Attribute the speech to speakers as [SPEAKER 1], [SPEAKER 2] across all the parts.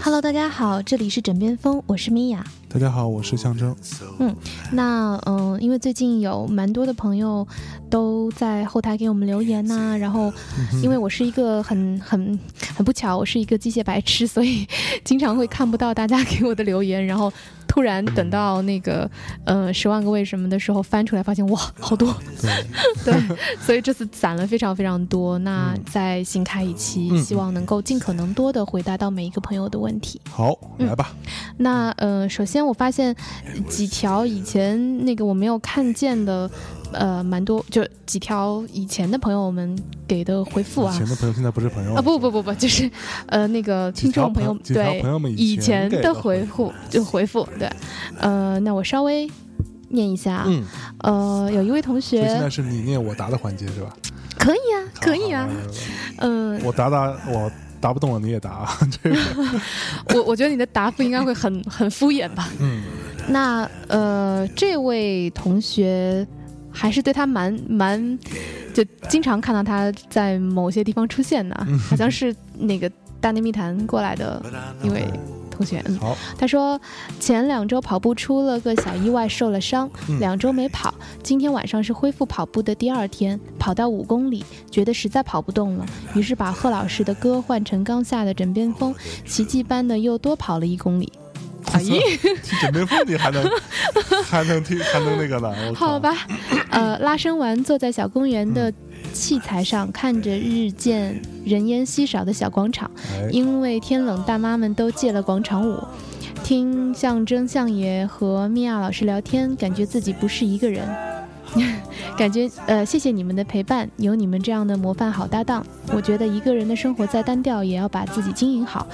[SPEAKER 1] Hello，大家好，这里是枕边风，我是米娅。
[SPEAKER 2] 大家好，我是象征。
[SPEAKER 1] 那嗯，因为最近有蛮多的朋友都在后台给我们留言呐、然后因为我是一个很很很不巧，我是一个机械白痴，所以 经常会看不到大家给我的留言，然后突然等到那个呃十万个为什么的时候翻出来，发现哇，好多，
[SPEAKER 2] 对，
[SPEAKER 1] 对，所以这次攒了非常非常多。那再新开一期，
[SPEAKER 2] 嗯
[SPEAKER 1] 希望能够尽可能多的回答到每一个朋友的问题。
[SPEAKER 2] 好，
[SPEAKER 1] 嗯
[SPEAKER 2] 来吧。
[SPEAKER 1] 那呃，首先我发现呃几条以前那个我没有看见的，呃，蛮多，就几条以前的朋友们给的回复
[SPEAKER 2] 以
[SPEAKER 1] 啊
[SPEAKER 2] 前的朋友现在不是朋友
[SPEAKER 1] 啊不不不不，就是呃那个
[SPEAKER 2] 几
[SPEAKER 1] 听
[SPEAKER 2] 条
[SPEAKER 1] 众朋友
[SPEAKER 2] 几条
[SPEAKER 1] 对
[SPEAKER 2] 朋友们
[SPEAKER 1] 以
[SPEAKER 2] 前
[SPEAKER 1] 前
[SPEAKER 2] 给
[SPEAKER 1] 的
[SPEAKER 2] 回
[SPEAKER 1] 回复就回复对，呃，那我稍微念一下啊，
[SPEAKER 2] 嗯，
[SPEAKER 1] 呃，有一位同
[SPEAKER 2] 所以现
[SPEAKER 1] 学
[SPEAKER 2] 在是你念我答的环节是吧？
[SPEAKER 1] 可以啊，可以啊
[SPEAKER 2] 好，，好好
[SPEAKER 1] 嗯、
[SPEAKER 2] 我答答我答不动了，你也答。这个，
[SPEAKER 1] 我我觉得你的答复应该会很很敷衍吧。
[SPEAKER 2] 嗯，
[SPEAKER 1] 那呃，这位同学还是对他蛮蛮，就经常看到他在某些地方出现的，好像是那个大内密谈过来的一位同学。嗯，
[SPEAKER 2] 好，
[SPEAKER 1] 他说前两周跑步出了个小意外，受了伤，
[SPEAKER 2] 嗯
[SPEAKER 1] 两周没跑。今天晚上是恢复跑步的第二天，跑到五公里，觉得实在跑不动了，于是把贺老师的歌换成刚下的《枕边风》，奇迹般的又多跑了一公里。哎 呀，
[SPEAKER 2] 这枕边风你还能还能听还能那个呢？我靠
[SPEAKER 1] 好，吧，呃，拉伸完，坐在小公园的器材上，看着日渐人烟稀少的小广场，
[SPEAKER 2] 哎，
[SPEAKER 1] 因为天冷，大妈们都戒了广场舞。听象征相爷和米娅老师聊天，感觉自己不是一个人， 感觉呃，谢谢你们的陪伴，有你们这样的模范好搭档。我觉得一个人的生活再单调，也要把自己经营好，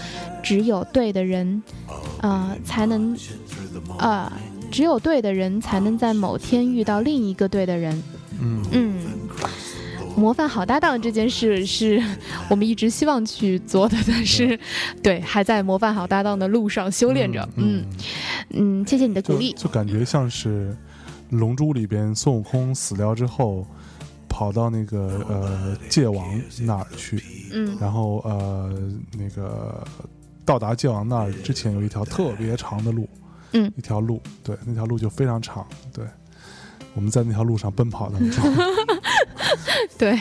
[SPEAKER 1] 只有对的人，呃，才能，呃，只有对的人才能在某天遇到另一个对的人。
[SPEAKER 2] 嗯，
[SPEAKER 1] 嗯，模范好搭档这件事是我们一直希望去做的，但是，对，还在模范好搭档的路上修炼着。嗯
[SPEAKER 2] 嗯，
[SPEAKER 1] 嗯，谢谢你的鼓
[SPEAKER 2] 就
[SPEAKER 1] 励。
[SPEAKER 2] 就感觉像是《龙珠》里边孙悟空死掉之后，跑到那个呃界王那儿去，
[SPEAKER 1] 嗯
[SPEAKER 2] 然后呃，那个到达界王那儿之前有一条特别长的路，
[SPEAKER 1] 嗯
[SPEAKER 2] 一条路，对，那条路就非常长，对，我们在那条路上奔跑当中，
[SPEAKER 1] 对，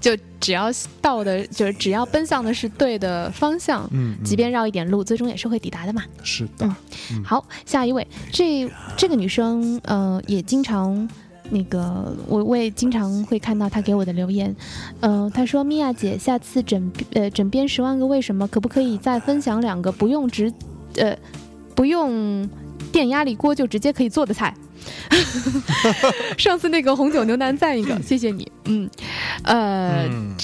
[SPEAKER 1] 就只要到的，就是只要奔向的是对的方向，
[SPEAKER 2] 嗯，嗯
[SPEAKER 1] 即便绕一点路，最终也是会抵达的嘛。
[SPEAKER 2] 是的，
[SPEAKER 1] 好，下一位，这这个女生呃也经常。那个，我我也经常会看到她给我的留言，呃，她说：“米娅姐，下次枕呃枕边十万个为什么，可不可以再分享两个不用直呃不用电压力锅就直接可以做的菜？” 上次那个红酒牛腩赞一个，谢谢你，嗯，呃，
[SPEAKER 2] 嗯，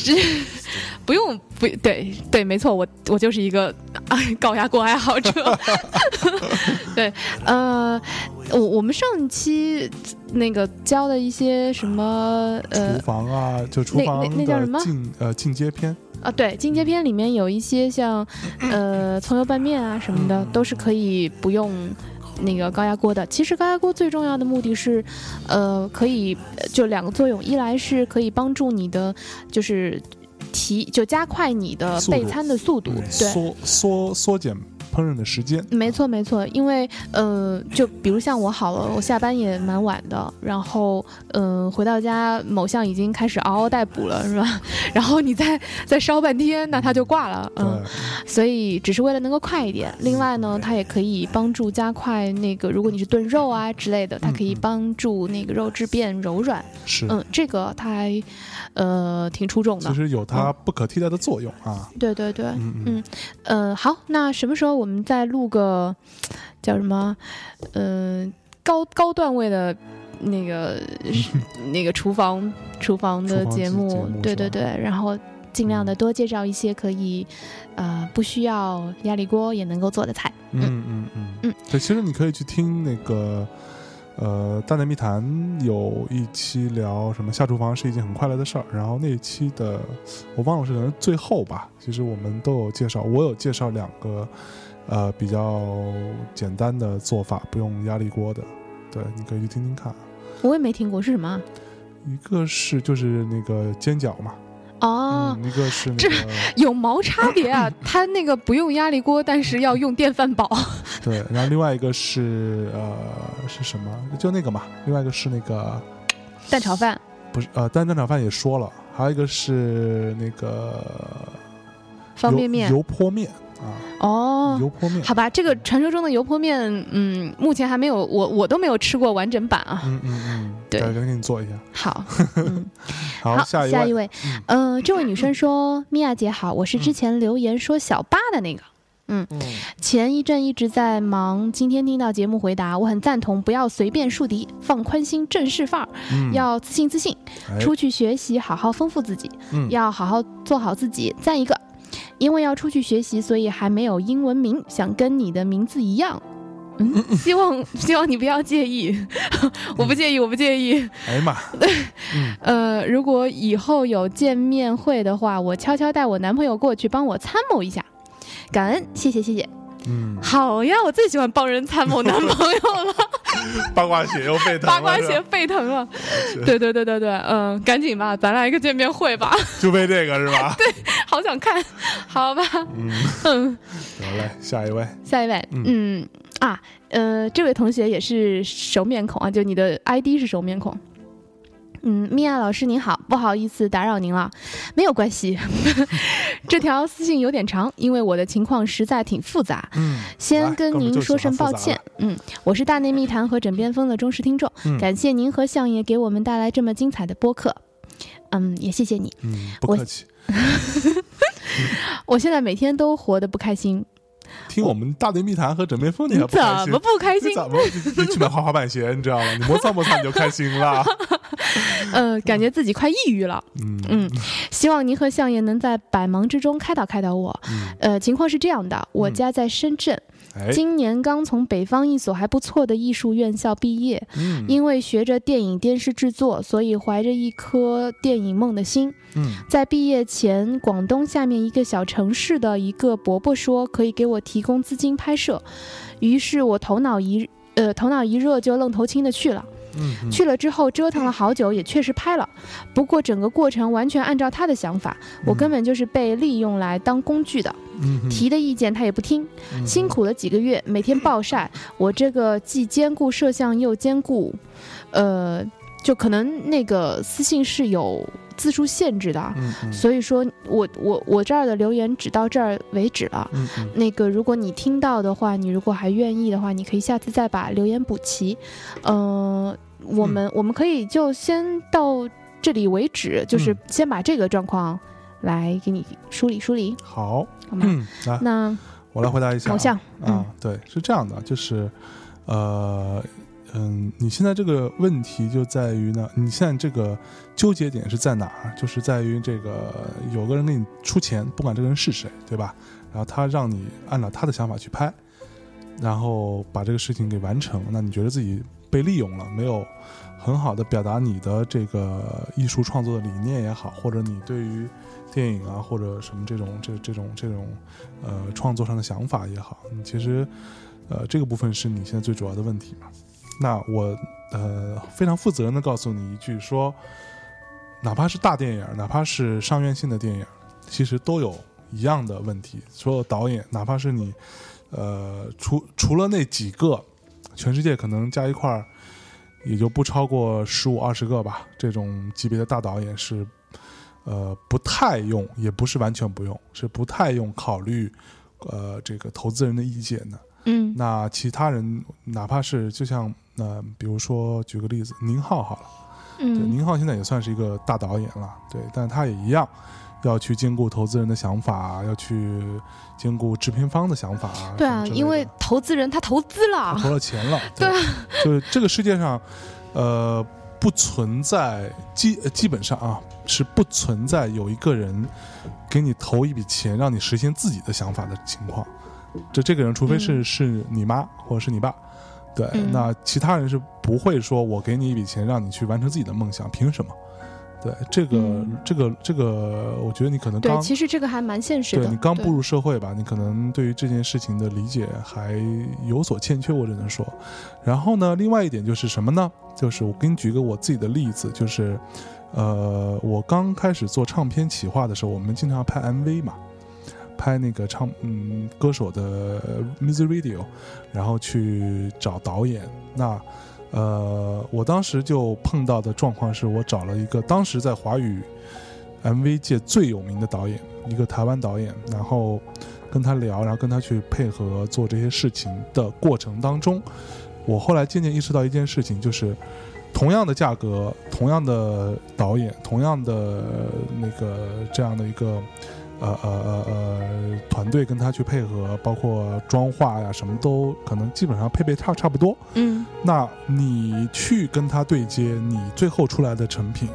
[SPEAKER 1] 不用不对对，没错，我我就是一个、啊、高压锅爱好者。对，呃，我我们上一期那个教的一些什么呃
[SPEAKER 2] 厨房啊，就厨
[SPEAKER 1] 那
[SPEAKER 2] 房
[SPEAKER 1] 那那叫什么
[SPEAKER 2] 的进呃进阶篇，
[SPEAKER 1] 啊，对，进阶篇里面有一些像呃葱油拌面啊什么
[SPEAKER 2] 嗯
[SPEAKER 1] 的，都是可以不用。那个高压锅的，其实高压锅最重要的目的是，呃，可以呃就两个作用，一来是可以帮助你的，就是提就加快你的
[SPEAKER 2] 速
[SPEAKER 1] 备
[SPEAKER 2] 度嗯
[SPEAKER 1] 餐的速度，对，
[SPEAKER 2] 缩缩缩减烹饪的时间，
[SPEAKER 1] 没错没错，因为呃，就比如像我好了，我下班也蛮晚的，然后嗯、呃回到家某项已经开始嗷嗷待哺了，是吧？ 然后你再再烧半天，那它就挂了，
[SPEAKER 2] 对，
[SPEAKER 1] 嗯，所以只是为了能够快一点。另外呢，它也可以帮助加快那个，如果你是炖肉啊之类的，它可以
[SPEAKER 2] 嗯嗯
[SPEAKER 1] 帮助那个肉质变柔软，
[SPEAKER 2] 是。
[SPEAKER 1] 嗯，这个它还呃挺出众
[SPEAKER 2] 其
[SPEAKER 1] 的，
[SPEAKER 2] 实有它不可替代的作用啊，
[SPEAKER 1] 对对对，
[SPEAKER 2] 嗯
[SPEAKER 1] 嗯呃，好，那什么时候我们再录个叫什么？嗯、高高段位的那 个是那个厨房厨房的
[SPEAKER 2] 厨房
[SPEAKER 1] 节
[SPEAKER 2] 节
[SPEAKER 1] 目，
[SPEAKER 2] 节目
[SPEAKER 1] 对
[SPEAKER 2] 是
[SPEAKER 1] 对
[SPEAKER 2] 吧嗯
[SPEAKER 1] 对，然后尽量的多介绍一些可以呃不需要压力锅也能够做的菜。
[SPEAKER 2] 嗯嗯嗯
[SPEAKER 1] 嗯
[SPEAKER 2] 嗯，对，其实你可以去听那个，呃，《大内密谈》有一期聊什么下厨房是一件很快乐的事儿，然后那一期的我忘了是可能最后吧，其实我们都有介绍，我有介绍两个，呃，比较简单的做法，不用压力锅的，对，你可以去听听看。
[SPEAKER 1] 我也没听过是什么啊？
[SPEAKER 2] 一个是就是那个煎饺嘛，
[SPEAKER 1] 哦，
[SPEAKER 2] 嗯，一个是那个
[SPEAKER 1] 有毛差别啊！它那个不用压力锅，但是要用电 饭煲。
[SPEAKER 2] 对，然后另外一个是呃是什么？就那个嘛，另外一个是那个
[SPEAKER 1] 蛋炒饭
[SPEAKER 2] 不是呃，但蛋炒饭也说了，还有一个是那个
[SPEAKER 1] 方
[SPEAKER 2] 油
[SPEAKER 1] 便面
[SPEAKER 2] 油泼面啊，
[SPEAKER 1] 哦，
[SPEAKER 2] 油泼 面，
[SPEAKER 1] 好吧，这个传说中的油泼面，嗯，目前还没有，我我都没有吃过完整版啊。
[SPEAKER 2] 嗯嗯嗯，
[SPEAKER 1] 对
[SPEAKER 2] 改天给你做一下。
[SPEAKER 1] 好，嗯、
[SPEAKER 2] 好，下一位，
[SPEAKER 1] 位，嗯、呃，这位女生说：“米娅姐好，我是之前留言说小八的那个。”
[SPEAKER 2] 嗯，
[SPEAKER 1] 前一阵一直在忙，今天听到节目回答，我很赞同，不要随便树敌，放宽心，正式范儿，
[SPEAKER 2] 嗯
[SPEAKER 1] 要自信自信，
[SPEAKER 2] 哎
[SPEAKER 1] 出去学习，好好丰富自己，
[SPEAKER 2] 嗯
[SPEAKER 1] 要好好做好自己，赞一个。因为要出去学习，所以还没有英文名，想跟你的名字一样。嗯，希望希望你不要介意， 我不介意，我不介意。
[SPEAKER 2] 哎 呀妈，嗯
[SPEAKER 1] 呃，如果以后有见面会的话，我悄悄带我男朋友过去帮我参谋一下，感恩，谢谢谢谢。
[SPEAKER 2] 嗯，
[SPEAKER 1] 好呀，我最喜欢帮人参谋男朋 友了，
[SPEAKER 2] 八卦血又沸腾了，
[SPEAKER 1] 八卦
[SPEAKER 2] 是吧
[SPEAKER 1] 血沸腾了。对对对对对，嗯，赶紧吧，咱俩一个见面会吧，
[SPEAKER 2] 就为这个是吧？对，
[SPEAKER 1] 好想看，好吧，
[SPEAKER 2] 嗯，
[SPEAKER 1] 嗯，
[SPEAKER 2] 得嘞，下一位，
[SPEAKER 1] 下一位，嗯
[SPEAKER 2] 嗯
[SPEAKER 1] 啊，呃，这位同学也是熟面孔啊，就你的 ID 是熟面孔。嗯，米娅老师您好，不好意思打扰您了，没有关系。 这条私信有点长，因为我的情况实在挺复杂，
[SPEAKER 2] 嗯，
[SPEAKER 1] 先
[SPEAKER 2] 来
[SPEAKER 1] 跟
[SPEAKER 2] 哥们儿
[SPEAKER 1] 您
[SPEAKER 2] 就
[SPEAKER 1] 说
[SPEAKER 2] 喜欢
[SPEAKER 1] 声抱
[SPEAKER 2] 复杂
[SPEAKER 1] 歉
[SPEAKER 2] 的。
[SPEAKER 1] 嗯，我是大内密谈和枕边风的忠实听众，
[SPEAKER 2] 嗯
[SPEAKER 1] 感谢您和相爷给我们带来这么精彩的播客。嗯，也谢谢你。
[SPEAKER 2] 嗯，不
[SPEAKER 1] 我
[SPEAKER 2] 客气，
[SPEAKER 1] 我现在每天都活得不开心，
[SPEAKER 2] 听我们大内密谈和枕边风，
[SPEAKER 1] 你
[SPEAKER 2] 还不
[SPEAKER 1] 怎
[SPEAKER 2] 开心
[SPEAKER 1] 么？不开心
[SPEAKER 2] 你？怎么你去买滑滑板鞋？你知道吗？你摩擦摩擦你就开心 了。
[SPEAKER 1] 呃，感觉自己快抑郁了。
[SPEAKER 2] 嗯
[SPEAKER 1] 嗯，希望您和相爷能在百忙之中开导开导我。
[SPEAKER 2] 嗯，
[SPEAKER 1] 呃，情况是这样的，我家在深圳，
[SPEAKER 2] 哎，
[SPEAKER 1] 今年刚从北方一所还不错的艺术院校毕业，
[SPEAKER 2] 嗯
[SPEAKER 1] 因为学着电影电视制作，所以怀着一颗电影梦的心，
[SPEAKER 2] 嗯
[SPEAKER 1] 在毕业前，广东下面一个小城市的一个伯伯说可以给我提供资金拍摄，于是我头脑一呃头脑一热就愣头青的去了。
[SPEAKER 2] 嗯嗯
[SPEAKER 1] 去了之后折腾了好久，也确实拍了，不过整个过程完全按照他的想法，我根本就是被利用来当工具的，
[SPEAKER 2] 嗯
[SPEAKER 1] 提的意见他也不听。
[SPEAKER 2] 嗯
[SPEAKER 1] 辛苦了几个月，每天暴 晒，我这个既兼顾摄像又兼顾，呃，就可能那个私信是有字数限制的啊，
[SPEAKER 2] 嗯嗯
[SPEAKER 1] 所以说我我我这儿的留言只到这儿为止了。
[SPEAKER 2] 嗯嗯
[SPEAKER 1] 那个，如果你听到的话，你如果还愿意的话，你可以下次再把留言补齐。呃，我们、
[SPEAKER 2] 嗯
[SPEAKER 1] 我们可以就先到这里为止，就是
[SPEAKER 2] 嗯
[SPEAKER 1] 先把这个状况来给你梳理梳理，
[SPEAKER 2] 好，
[SPEAKER 1] 好吗？
[SPEAKER 2] 嗯，来，
[SPEAKER 1] 那
[SPEAKER 2] 我来回答一下啊。
[SPEAKER 1] 偶像，嗯
[SPEAKER 2] 啊，对，是这样的，就是，呃，嗯，你现在这个问题就在于呢，你现在这个纠结点是在哪儿？就是在于这个有个人给你出钱，不管这个人是谁，对吧？然后他让你按照他的想法去拍，然后把这个事情给完成，那你觉得自己被利用了，没有很好的表达你的这个艺术创作的理念也好，或者你对于电影啊或者什么这种这这种这种呃创作上的想法也好，你其实呃这个部分是你现在最主要的问题嘛。那我呃非常负责任的告诉你一句说，哪怕是大电影，哪怕是上院线的电影，其实都有一样的问题。所有导演，哪怕是你呃除除了那几个，全世界可能加一块儿。也就不超过十五二十个吧，这种级别的大导演是呃不太用，也不是完全不用，是不太用考虑呃这个投资人的意见的。
[SPEAKER 1] 嗯
[SPEAKER 2] 那其他人哪怕是就像呃，比如说举个例子，宁浩好了，对，
[SPEAKER 1] 嗯
[SPEAKER 2] 宁浩现在也算是一个大导演了，对，但他也一样。要去兼顾投资人的想法，要去兼顾制片方的想法。
[SPEAKER 1] 对
[SPEAKER 2] 什么
[SPEAKER 1] 啊，
[SPEAKER 2] 之类的
[SPEAKER 1] 因为投资人他投资
[SPEAKER 2] 他
[SPEAKER 1] 了，
[SPEAKER 2] 投了钱了，对，就是这个世界上，呃，不存在基呃基本上啊是不存在有一个人给你投一笔钱让你实现自己的想法的情况，这这个人除非是、
[SPEAKER 1] 嗯
[SPEAKER 2] 是你妈或者是你爸，对，
[SPEAKER 1] 嗯
[SPEAKER 2] 那其他人是不会说我给你一笔钱让你去完成自己的梦想，凭什么？对，这个、
[SPEAKER 1] 嗯
[SPEAKER 2] 这个这个，我觉得你可能
[SPEAKER 1] 对，
[SPEAKER 2] 刚
[SPEAKER 1] 其实这个还蛮现实的。
[SPEAKER 2] 对你刚
[SPEAKER 1] 对
[SPEAKER 2] 步入社会吧，你可能对于这件事情的理解还有所欠缺，我只能说。然后呢，另外一点就是什么呢？就是我给你举一个我自己的例子，就是，呃，我刚开始做唱片企划的时候，我们经常要拍 MV 嘛，拍那个唱嗯歌手的 music video，然后去找导演。那呃，我当时就碰到的状况是我找了一个当时在华语 MV 界最有名的导演，一个台湾导演，然后跟他聊，然后跟他去配合做这些事情的过程当中，我后来渐渐意识到一件事情，就是同样的价格、同样的导演、同样的呃那个这样的一个。呃呃呃呃，团队跟他去配合，包括妆化呀，什么都可能基本上配备差差不多。
[SPEAKER 1] 嗯
[SPEAKER 2] 那你去跟他对接，你最后出来的成品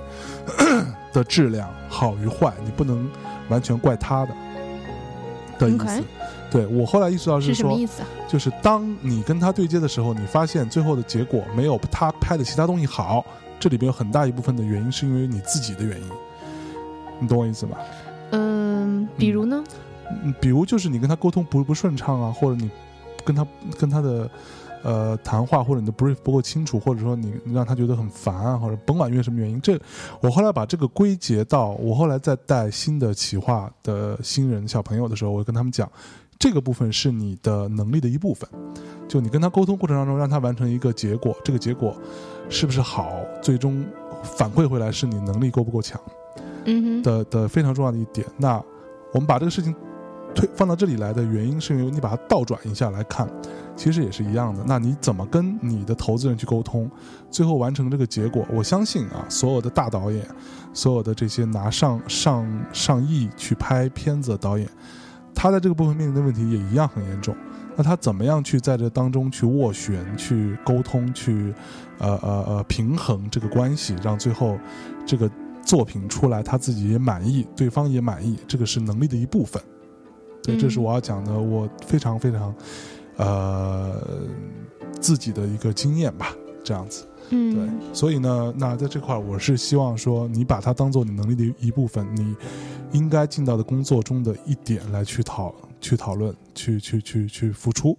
[SPEAKER 2] 的质量好与坏，你不能完全怪他的的意
[SPEAKER 1] OK
[SPEAKER 2] 思。对我后来意识到
[SPEAKER 1] 是
[SPEAKER 2] 是
[SPEAKER 1] 什么
[SPEAKER 2] 说，
[SPEAKER 1] 意思啊？
[SPEAKER 2] 就是当你跟他对接的时候，你发现最后的结果没有他拍的其他东西好，这里边有很大一部分的原因是因为你自己的原因，你懂我意思吗？
[SPEAKER 1] 嗯，比如呢？
[SPEAKER 2] 嗯，比如就是你跟他沟通不不顺畅啊，或者你跟他跟他的呃谈话或者你的 brief 不够清楚，或者说你你让他觉得很烦啊，或者甭管因为什么原因，这我后来把这个归结到我后来在带新的企划的新人小朋友的时候，我会跟他们讲，这个部分是你的能力的一部分，就你跟他沟通过程当中，让他完成一个结果，这个结果是不是好，最终反馈回来是你能力够不够强。
[SPEAKER 1] 嗯哼，
[SPEAKER 2] 的的非常重要的一点。那我们把这个事情推放到这里来的原因，是因为你把它倒转一下来看，其实也是一样的。那你怎么跟你的投资人去沟通，最后完成这个结果？我相信啊，所有的大导演，所有的这些拿上上上亿去拍片子的导演，他在这个部分面临的问题也一样很严重。那他怎么样去在这当中去斡旋、去沟通、去呃呃呃平衡这个关系，让最后这个作品出来，他自己也满意，对方也满意，这个是能力的一部分。对，
[SPEAKER 1] 嗯
[SPEAKER 2] 这是我要讲的，我非常非常呃自己的一个经验吧，这样子。对
[SPEAKER 1] 嗯，，
[SPEAKER 2] 所以呢，那在这块儿，我是希望说，你把它当做你能力的一部分，你应该尽到的工作中的一点来去讨、去讨论、去去去去付出。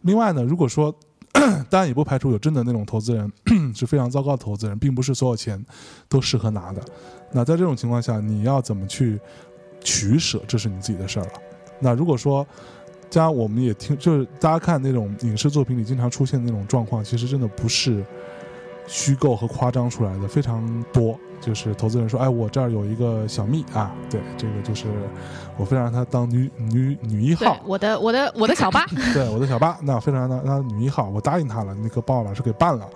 [SPEAKER 2] 另外呢，如果说 当然也不排除有真的那种投资人 是非常糟糕的投资人，并不是所有钱都适合拿的。那在这种情况下，你要怎么去取舍，这是你自己的事儿了。那如果说，加上我们也听，就是大家看那种影视作品里经常出现的那种状况，其实真的不是虚构和夸张出来的，非常多。就是投资人说：“哎，我这儿有一个小蜜啊，对，这个就是我非常让她当女女女一号
[SPEAKER 1] 对，，我的我的我的小八，
[SPEAKER 2] 对我的小八，那非常那那女一号，我答应她了，那个帮我把事给办了。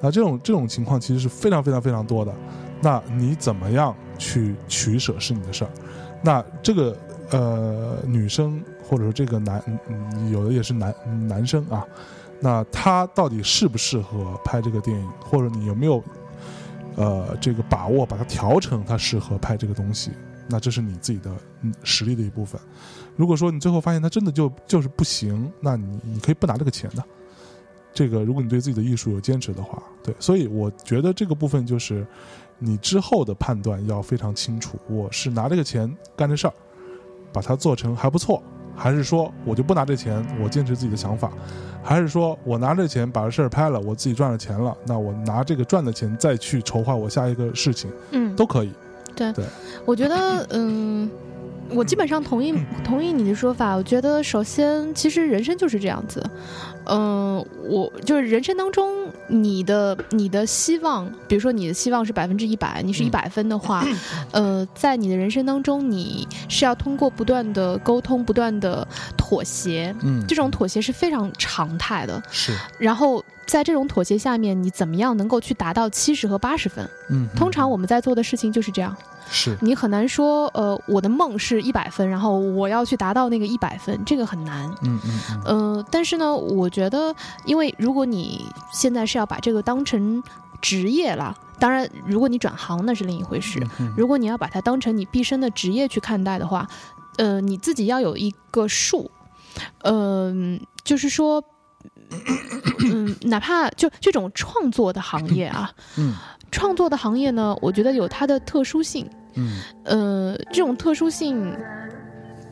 [SPEAKER 2] 那这种这种情况其实是非常非常非常多的。那你怎么样去取舍是你的事儿。那这个呃女生或者说这个男，嗯有的也是男男生啊，那他到底适不适合拍这个电影，或者你有没有呃这个把握把它调成他适合拍这个东西？那这是你自己的嗯实力的一部分。如果说你最后发现他真的就就是不行，那你你可以不拿这个钱的。这个，如果你对自己的艺术有坚持的话，对，所以我觉得这个部分就是你之后的判断要非常清楚。我是拿这个钱干这事儿，把它做成还不错，还是说我就不拿这钱，我坚持自己的想法，还是说我拿这钱把这事儿拍了，我自己赚了钱了，那我拿这个赚的钱再去筹划我下一个事情
[SPEAKER 1] 嗯，
[SPEAKER 2] 都可以。
[SPEAKER 1] 我觉得，嗯，我基本上同 意同意你的说法。我觉得，首先，其实人生就是这样子。嗯、我就是人生当中，你的你的希望，比如说你的希望是百分之一百，你是一
[SPEAKER 2] 嗯
[SPEAKER 1] 百分的 话，呃，在你的人生当中，你是要通过不断的沟通、不断的妥协，
[SPEAKER 2] 嗯
[SPEAKER 1] 这种妥协是非常常态的。
[SPEAKER 2] 是，
[SPEAKER 1] 然后在这种妥协下面，你怎么样能够去达到七十和八十分？
[SPEAKER 2] 嗯，
[SPEAKER 1] 通常我们在做的事情就是这样。
[SPEAKER 2] 是
[SPEAKER 1] 你很难说，呃，我的梦是一百分，然后我要去达到那个一百分，这个很难。
[SPEAKER 2] 嗯嗯嗯
[SPEAKER 1] 呃，但是呢，我觉得，因为如果你现在是要把这个当成职业了，当然，如果你转行那是另一回
[SPEAKER 2] 嗯
[SPEAKER 1] 事。如果你要把它当成你毕生的职业去看待的话，呃，你自己要有一个数，嗯、就是说， 嗯，哪怕就这种创作的行业啊，
[SPEAKER 2] 嗯
[SPEAKER 1] 创作的行业呢，我觉得有它的特殊性。
[SPEAKER 2] 嗯
[SPEAKER 1] 呃，这种特殊性，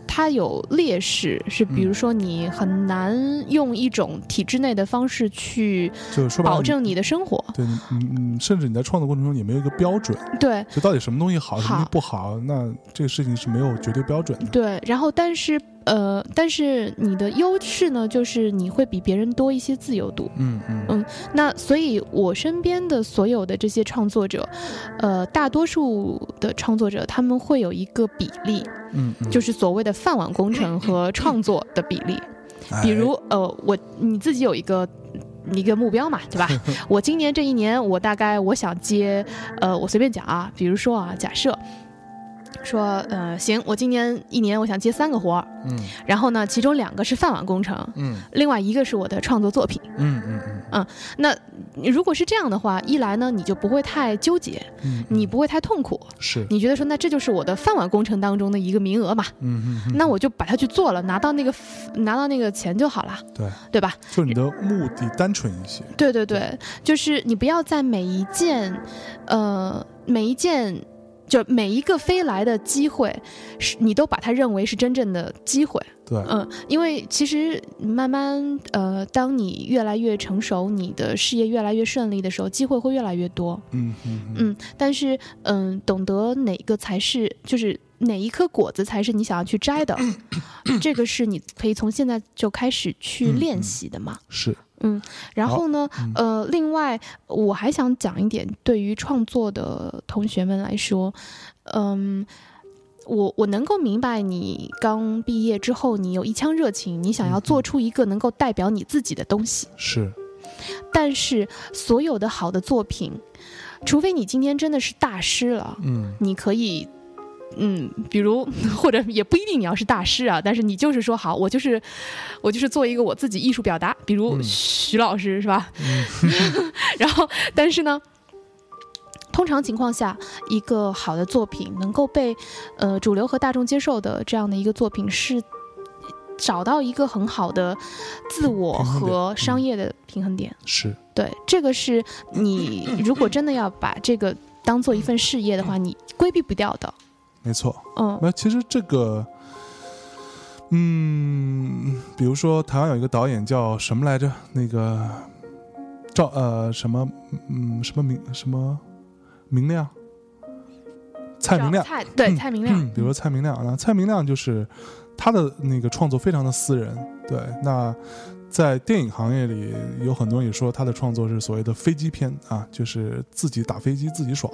[SPEAKER 1] 它有劣势，是比如说你很难用一种体制内的方式去
[SPEAKER 2] 就是说白了
[SPEAKER 1] 保证你的生活。
[SPEAKER 2] 对，你你你甚至你在创作过程中也没有一个标准，
[SPEAKER 1] 对
[SPEAKER 2] 就到底什么东西好，什么东
[SPEAKER 1] 好
[SPEAKER 2] 西不好，那这个事情是没有绝对标准的。
[SPEAKER 1] 对，然后但是呃，但是你的优势呢，就是你会比别人多一些自由度。
[SPEAKER 2] 嗯嗯
[SPEAKER 1] 嗯那所以，我身边的所有的这些创作者，呃，大多数的创作者他们会有一个比例，
[SPEAKER 2] 嗯嗯，
[SPEAKER 1] 就是所谓的饭碗工程和创作的比例。
[SPEAKER 2] 哎
[SPEAKER 1] 比如，呃，我你自己有一个。一个目标嘛， 对吧？我今年这一年，我大概我想接，呃，我随便讲啊，比如说啊，假设说，呃，行，我今年一年我想接三个活儿，
[SPEAKER 2] 哎，嗯
[SPEAKER 1] 然后呢，其中两个是饭碗工程，
[SPEAKER 2] 嗯
[SPEAKER 1] 另外一个是我的创作作品。
[SPEAKER 2] 嗯嗯嗯
[SPEAKER 1] 那如果是这样的话，一来呢，你就不会太纠结，
[SPEAKER 2] 嗯，
[SPEAKER 1] 你
[SPEAKER 2] 嗯
[SPEAKER 1] 不会太痛苦，
[SPEAKER 2] 是
[SPEAKER 1] 你觉得说，那这就是我的饭碗工程当中的一个名额嘛，
[SPEAKER 2] 嗯嗯，嗯
[SPEAKER 1] 那我就把它去做了，拿到那个拿到那个钱就好了，
[SPEAKER 2] 对
[SPEAKER 1] 对吧？
[SPEAKER 2] 就是你的目的单纯一些。
[SPEAKER 1] 对对对，就是你不要在每一件，呃，每一件。就每一个飞来的机会，是你都把它认为是真正的机会，
[SPEAKER 2] 对，
[SPEAKER 1] 嗯，因为其实慢慢呃，当你越来越成熟，你的事业越来越顺利的时候，机会会越来越多。
[SPEAKER 2] 嗯嗯嗯
[SPEAKER 1] 嗯，但是嗯，懂得哪个才是，就是哪一颗果子才是你想要去摘 的，这个是你可以从现在就开始去
[SPEAKER 2] 嗯
[SPEAKER 1] 练
[SPEAKER 2] 嗯
[SPEAKER 1] 习的嘛。
[SPEAKER 2] 是
[SPEAKER 1] 然
[SPEAKER 2] 好
[SPEAKER 1] 后呢，
[SPEAKER 2] 嗯
[SPEAKER 1] 呃，另外我还想讲一点，对于创作的同学们来说，嗯。我我能够明白，你刚毕业之后，你有一腔热情，你想要
[SPEAKER 2] 嗯
[SPEAKER 1] 做出一个能够代表你自己的东西。
[SPEAKER 2] 是
[SPEAKER 1] 但是，所有的好的作品，除非你今天真的是大师了，
[SPEAKER 2] 嗯
[SPEAKER 1] 你可以，嗯，比如 或者也不一定你要是大师啊，但是你就是说好，我就是我就是做一个我自己艺术表达，比如
[SPEAKER 2] 嗯
[SPEAKER 1] 徐老师、是吧？
[SPEAKER 2] 嗯
[SPEAKER 1] 然后，但是呢。通常情况下，一个好的作品能够被，呃，主流和大众接受的这样的一个作品，是找到一个很好的自我
[SPEAKER 2] 平衡点
[SPEAKER 1] 和
[SPEAKER 2] 嗯
[SPEAKER 1] 商业的平衡点。
[SPEAKER 2] 是
[SPEAKER 1] 对，这个是你 如果真的要把这个当做一份事业的话，你规避不掉的。
[SPEAKER 2] 没错。
[SPEAKER 1] 嗯
[SPEAKER 2] 那其实这个，嗯，比如说台湾有一个导演叫什么来着？那个赵呃什么嗯什么明什么明亮，蔡明亮。
[SPEAKER 1] 蔡对
[SPEAKER 2] 嗯
[SPEAKER 1] 蔡明亮，
[SPEAKER 2] 嗯，比如说蔡明亮，那蔡明亮就是他的那个创作非常的私人，对。那在电影行业里，有很多人也说他的创作是所谓的飞机片啊，就是自己打飞机自己爽，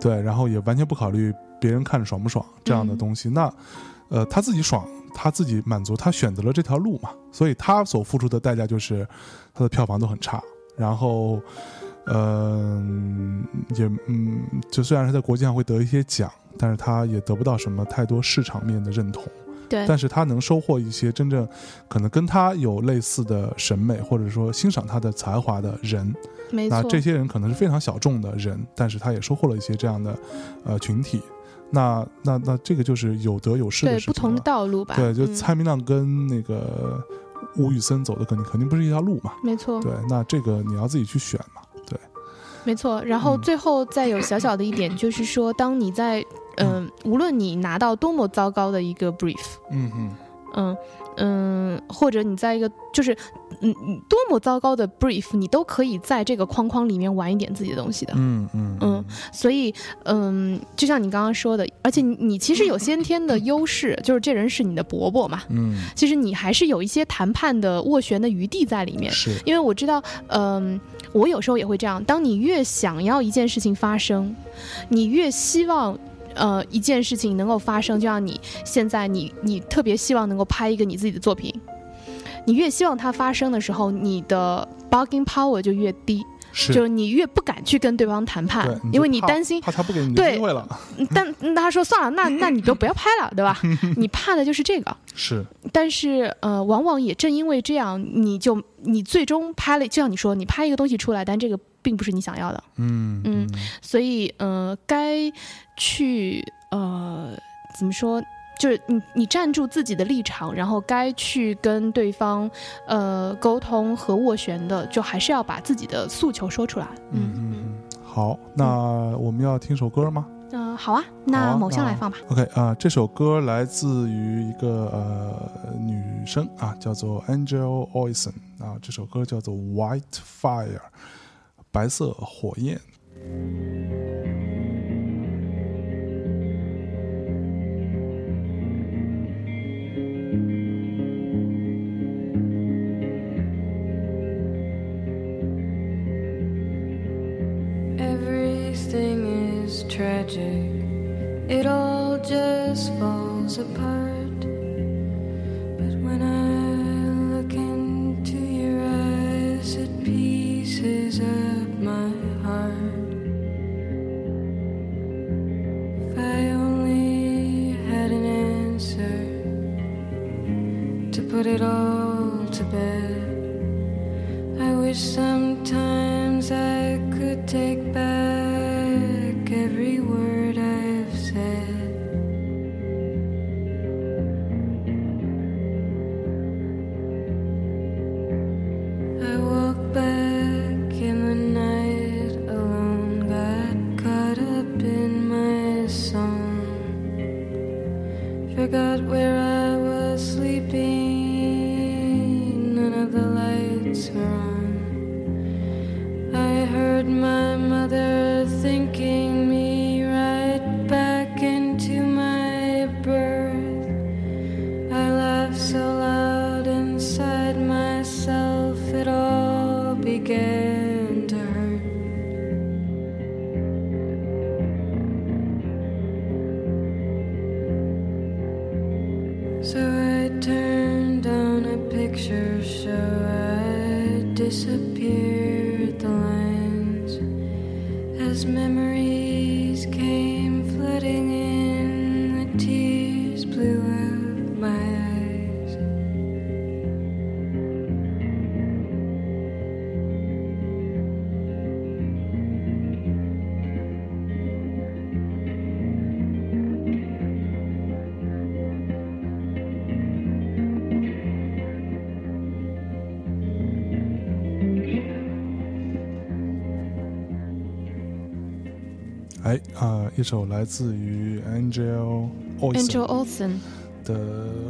[SPEAKER 2] 对，然后也完全不考虑别人看着爽不爽这样的
[SPEAKER 1] 嗯
[SPEAKER 2] 东西。那呃，他自己爽，他自己满足，他选择了这条路嘛，所以他所付出的代价就是他的票房都很差，然后。呃嗯，也嗯，就虽然是在国际上会得一些奖，但是他呃也得不到什么太多市场面的认同。
[SPEAKER 1] 对
[SPEAKER 2] 但是他能收获一些真正可能跟他有类似的审美，或者说欣赏他的才华的人。
[SPEAKER 1] 嗯没
[SPEAKER 2] 那
[SPEAKER 1] 错，
[SPEAKER 2] 这些人可能是非常小众的人，但是他也收获了一些这样的呃群体。那那那这个就是有得有失的
[SPEAKER 1] 对
[SPEAKER 2] 事情
[SPEAKER 1] 不同的
[SPEAKER 2] 了
[SPEAKER 1] 道路吧。
[SPEAKER 2] 对，就
[SPEAKER 1] 嗯
[SPEAKER 2] 蔡明亮跟那个吴宇森走的肯定肯定不是一条路嘛。
[SPEAKER 1] 没错，
[SPEAKER 2] 对，那这个你要自己去选嘛。
[SPEAKER 1] 没错。然后
[SPEAKER 2] 嗯
[SPEAKER 1] 最后再有小小的一点，就是说，当你在嗯、无论你拿到多么糟糕的一个 brief，
[SPEAKER 2] 嗯嗯，
[SPEAKER 1] 嗯嗯，或者你在一个就是嗯嗯多么糟糕的 brief，你都可以在这个框框里面玩一点自己的东西的。
[SPEAKER 2] 嗯嗯
[SPEAKER 1] 嗯，所以，嗯，就像你刚刚说的，而且你你其实有先天的优势，就是这人是你的伯伯嘛，
[SPEAKER 2] 嗯，
[SPEAKER 1] 其实你还是有一些谈判的斡旋的余地在里面。
[SPEAKER 2] 是，
[SPEAKER 1] 因为我知道，嗯，我有时候也会这样，当你越想要一件事情发生，你越希望。呃，一件事情能够发生，就像你现在你你特别希望能够拍一个你自己的作品，你越希望它发生的时候，你的 bargaining power 就越低，
[SPEAKER 2] 是
[SPEAKER 1] 就是你越不敢去跟对方谈判
[SPEAKER 2] 对，就
[SPEAKER 1] 因为你
[SPEAKER 2] 怕
[SPEAKER 1] 担心，
[SPEAKER 2] 怕他不给你的
[SPEAKER 1] 对
[SPEAKER 2] 机会了，
[SPEAKER 1] 嗯但但他说算了，那那你就不要拍了， 对吧？你怕的就是这个。
[SPEAKER 2] 是
[SPEAKER 1] 但是呃，往往也正因为这样，你就你最终拍了，就像你说，你拍一个东西出来，但这个并不是你想要的，
[SPEAKER 2] 嗯
[SPEAKER 1] 嗯所以呃，该去呃怎么说？就是你，你站住自己的立场，然后该去跟对方，呃，沟通和斡旋的，就还是要把自己的诉求说出来。嗯
[SPEAKER 2] 嗯嗯嗯，好，那我们要听首歌吗？
[SPEAKER 1] 嗯，那好啊，那某项来放吧。
[SPEAKER 2] OK 啊、这首歌来自于一个呃女生啊，叫做 Angel Olsen 啊，这首歌叫做《White Fire》，白色火焰。
[SPEAKER 3] Everything is tragic. It all just falls apart. But when I look into your eyes, it pieces up my heart. If I only had an answer to put it all to bed. I wish sometimes I could take back every word I've said. I walk back in the night alone, got caught up in my song. Forgot where I was sleeping, none of the lights were on. I heard my mother thinking me right back into my birth. I laughed so loud inside myself, it all began to hurt. So I turned on a picture show. I disappeared the lines as memories came flooding in. The tears blew out my eyes.
[SPEAKER 2] 哎啊、一首来自于 Angel
[SPEAKER 1] Angel
[SPEAKER 2] Olsen
[SPEAKER 1] Olsen，
[SPEAKER 2] 的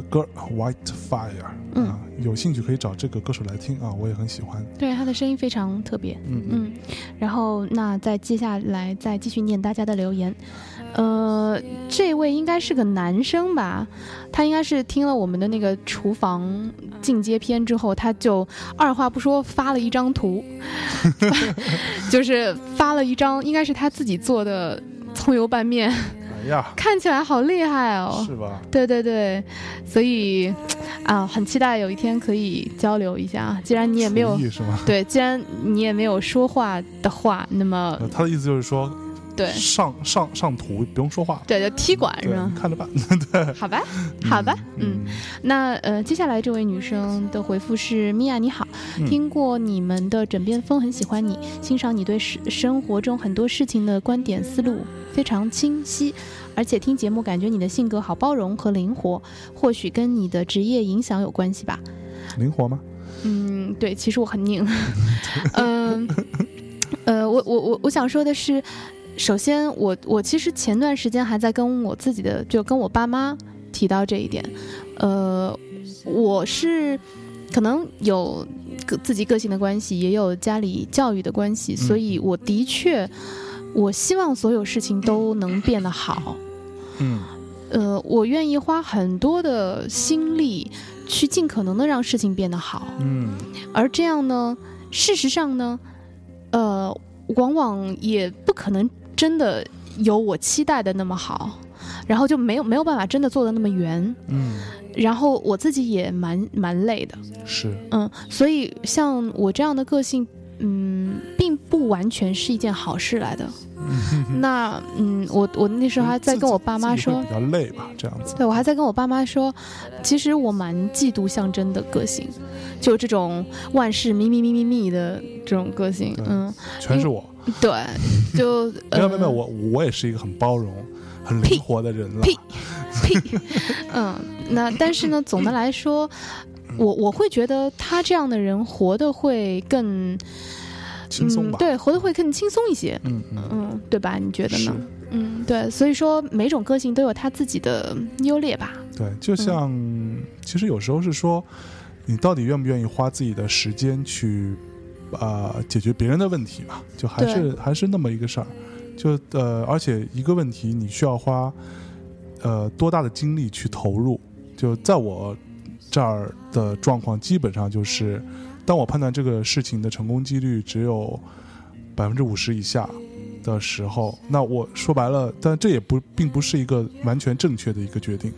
[SPEAKER 2] 歌《White Fire》
[SPEAKER 1] 嗯
[SPEAKER 2] 啊，有兴趣可以找这个歌手来听啊，我也很喜欢。
[SPEAKER 1] 对他的声音非常特别。
[SPEAKER 2] 嗯嗯
[SPEAKER 1] 嗯，然后那再接下来再继续念大家的留言。呃，这位应该是个男生吧？他应该是听了我们的那个厨房进阶篇之后，他就二话不说发了一张图， 就是发了一张应该是他自己做的葱油拌面，
[SPEAKER 2] 哎呀，
[SPEAKER 1] 看起来嗯好厉害哦！
[SPEAKER 2] 是吧？
[SPEAKER 1] 对对对，所以啊，很期待有一天可以交流一下。既然你也没有
[SPEAKER 2] 厨艺 是吗？
[SPEAKER 1] 对，既然你也没有说话的话，那么
[SPEAKER 2] 呃他的意思就是说，
[SPEAKER 1] 对
[SPEAKER 2] 上上上图不用说话，
[SPEAKER 1] 对，就踢馆是
[SPEAKER 2] 对，
[SPEAKER 1] 吗
[SPEAKER 2] 你？看着办。
[SPEAKER 1] 好吧，好吧，嗯。，那呃，接下来这位女生的回复是：米娅你好，
[SPEAKER 2] 嗯
[SPEAKER 1] 听过你们的枕边风，很喜欢你，欣赏你对生生活中很多事情的观点思路非常清晰，而且听节目感觉你的性格好包容和灵活，或许跟你的职业影响有关系吧。
[SPEAKER 2] 灵活吗？
[SPEAKER 1] 嗯，对，其实我很拧。嗯，呃，我我我我想说的是，首先我我其实前段时间还在跟我自己的，就跟我爸妈提到这一点。呃，我是可能有个自己个性的关系，也有家里教育的关系，所以我的确，我希望所有事情都能变得好。
[SPEAKER 2] 嗯
[SPEAKER 1] 呃，我愿意花很多的心力去尽可能的让事情变得好。
[SPEAKER 2] 嗯
[SPEAKER 1] 而这样呢，事实上呢，呃，往往也不可能真的有我期待的那么好，然后就没有没有办法真的做的那么圆，
[SPEAKER 2] 嗯，
[SPEAKER 1] 然后我自己也蛮蛮累的，
[SPEAKER 2] 是，
[SPEAKER 1] 嗯，所以像我这样的个性。嗯，并不完全是一件好事来的。那嗯，我我那时候还在跟我爸妈
[SPEAKER 2] 自己会
[SPEAKER 1] 说
[SPEAKER 2] 比，较累吧，这样子。
[SPEAKER 1] 对我还在跟我爸妈说，其实我蛮嫉妒象征的个性，就这种万事咪咪咪咪咪的这种个性
[SPEAKER 2] 对，
[SPEAKER 1] 嗯，
[SPEAKER 2] 全是我，
[SPEAKER 1] 对，就
[SPEAKER 2] 没有没有没
[SPEAKER 1] 呃
[SPEAKER 2] 有，我我也是一个很包容、很灵活的人了。
[SPEAKER 1] 屁呸，嗯，那但是呢，总的来说，
[SPEAKER 2] 嗯
[SPEAKER 1] 我我会觉得他这样的人活得会更嗯
[SPEAKER 2] 轻松吧
[SPEAKER 1] 嗯，？对，活得会更轻松一些，
[SPEAKER 2] 嗯嗯，
[SPEAKER 1] 嗯，对吧？你觉得
[SPEAKER 2] 是
[SPEAKER 1] 呢？嗯，对，所以说每种个性都有它自己的优劣吧。
[SPEAKER 2] 对，就像、其实有时候是说，你到底愿不愿意花自己的时间去啊、呃解决别人的问题吧？就还是还是那么一个事儿。就呃，而且一个问题你需要花呃多大的精力去投入？就在我这儿的状况，基本上就是，当我判断这个事情的成功几率只有百分之五十以下的时候，那我说白了，但这也不并不是一个完全正确的一个决定，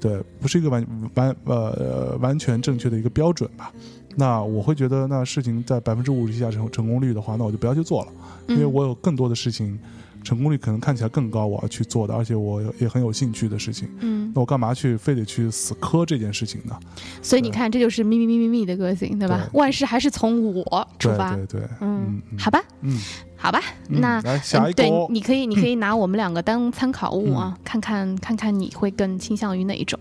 [SPEAKER 2] 对，不是一个完完呃完全正确的一个标准吧。那我会觉得，那事情在百分之五十以下成成功率的话，那我就不要去做了，因为
[SPEAKER 1] 嗯
[SPEAKER 2] 我有更多的事情，成功率可能看起来更高，我要去做的，而且我也很有兴趣的事情。
[SPEAKER 1] 嗯，
[SPEAKER 2] 那我干嘛去非得去死磕这件事情呢？
[SPEAKER 1] 所以你看，这就是咪咪咪咪咪的个性，对吧？
[SPEAKER 2] 对
[SPEAKER 1] 万事还是从我出
[SPEAKER 2] 对
[SPEAKER 1] 发。
[SPEAKER 2] 对对，
[SPEAKER 1] 嗯
[SPEAKER 2] 嗯，嗯
[SPEAKER 1] 好吧，
[SPEAKER 2] 嗯，
[SPEAKER 1] 好吧，
[SPEAKER 2] 嗯
[SPEAKER 1] 那
[SPEAKER 2] 来下一嗯
[SPEAKER 1] 嗯
[SPEAKER 2] 个
[SPEAKER 1] 对
[SPEAKER 2] 哦，，
[SPEAKER 1] 你可以，你可以拿我们两个当参考物啊，看看看看你会更倾向于哪一种。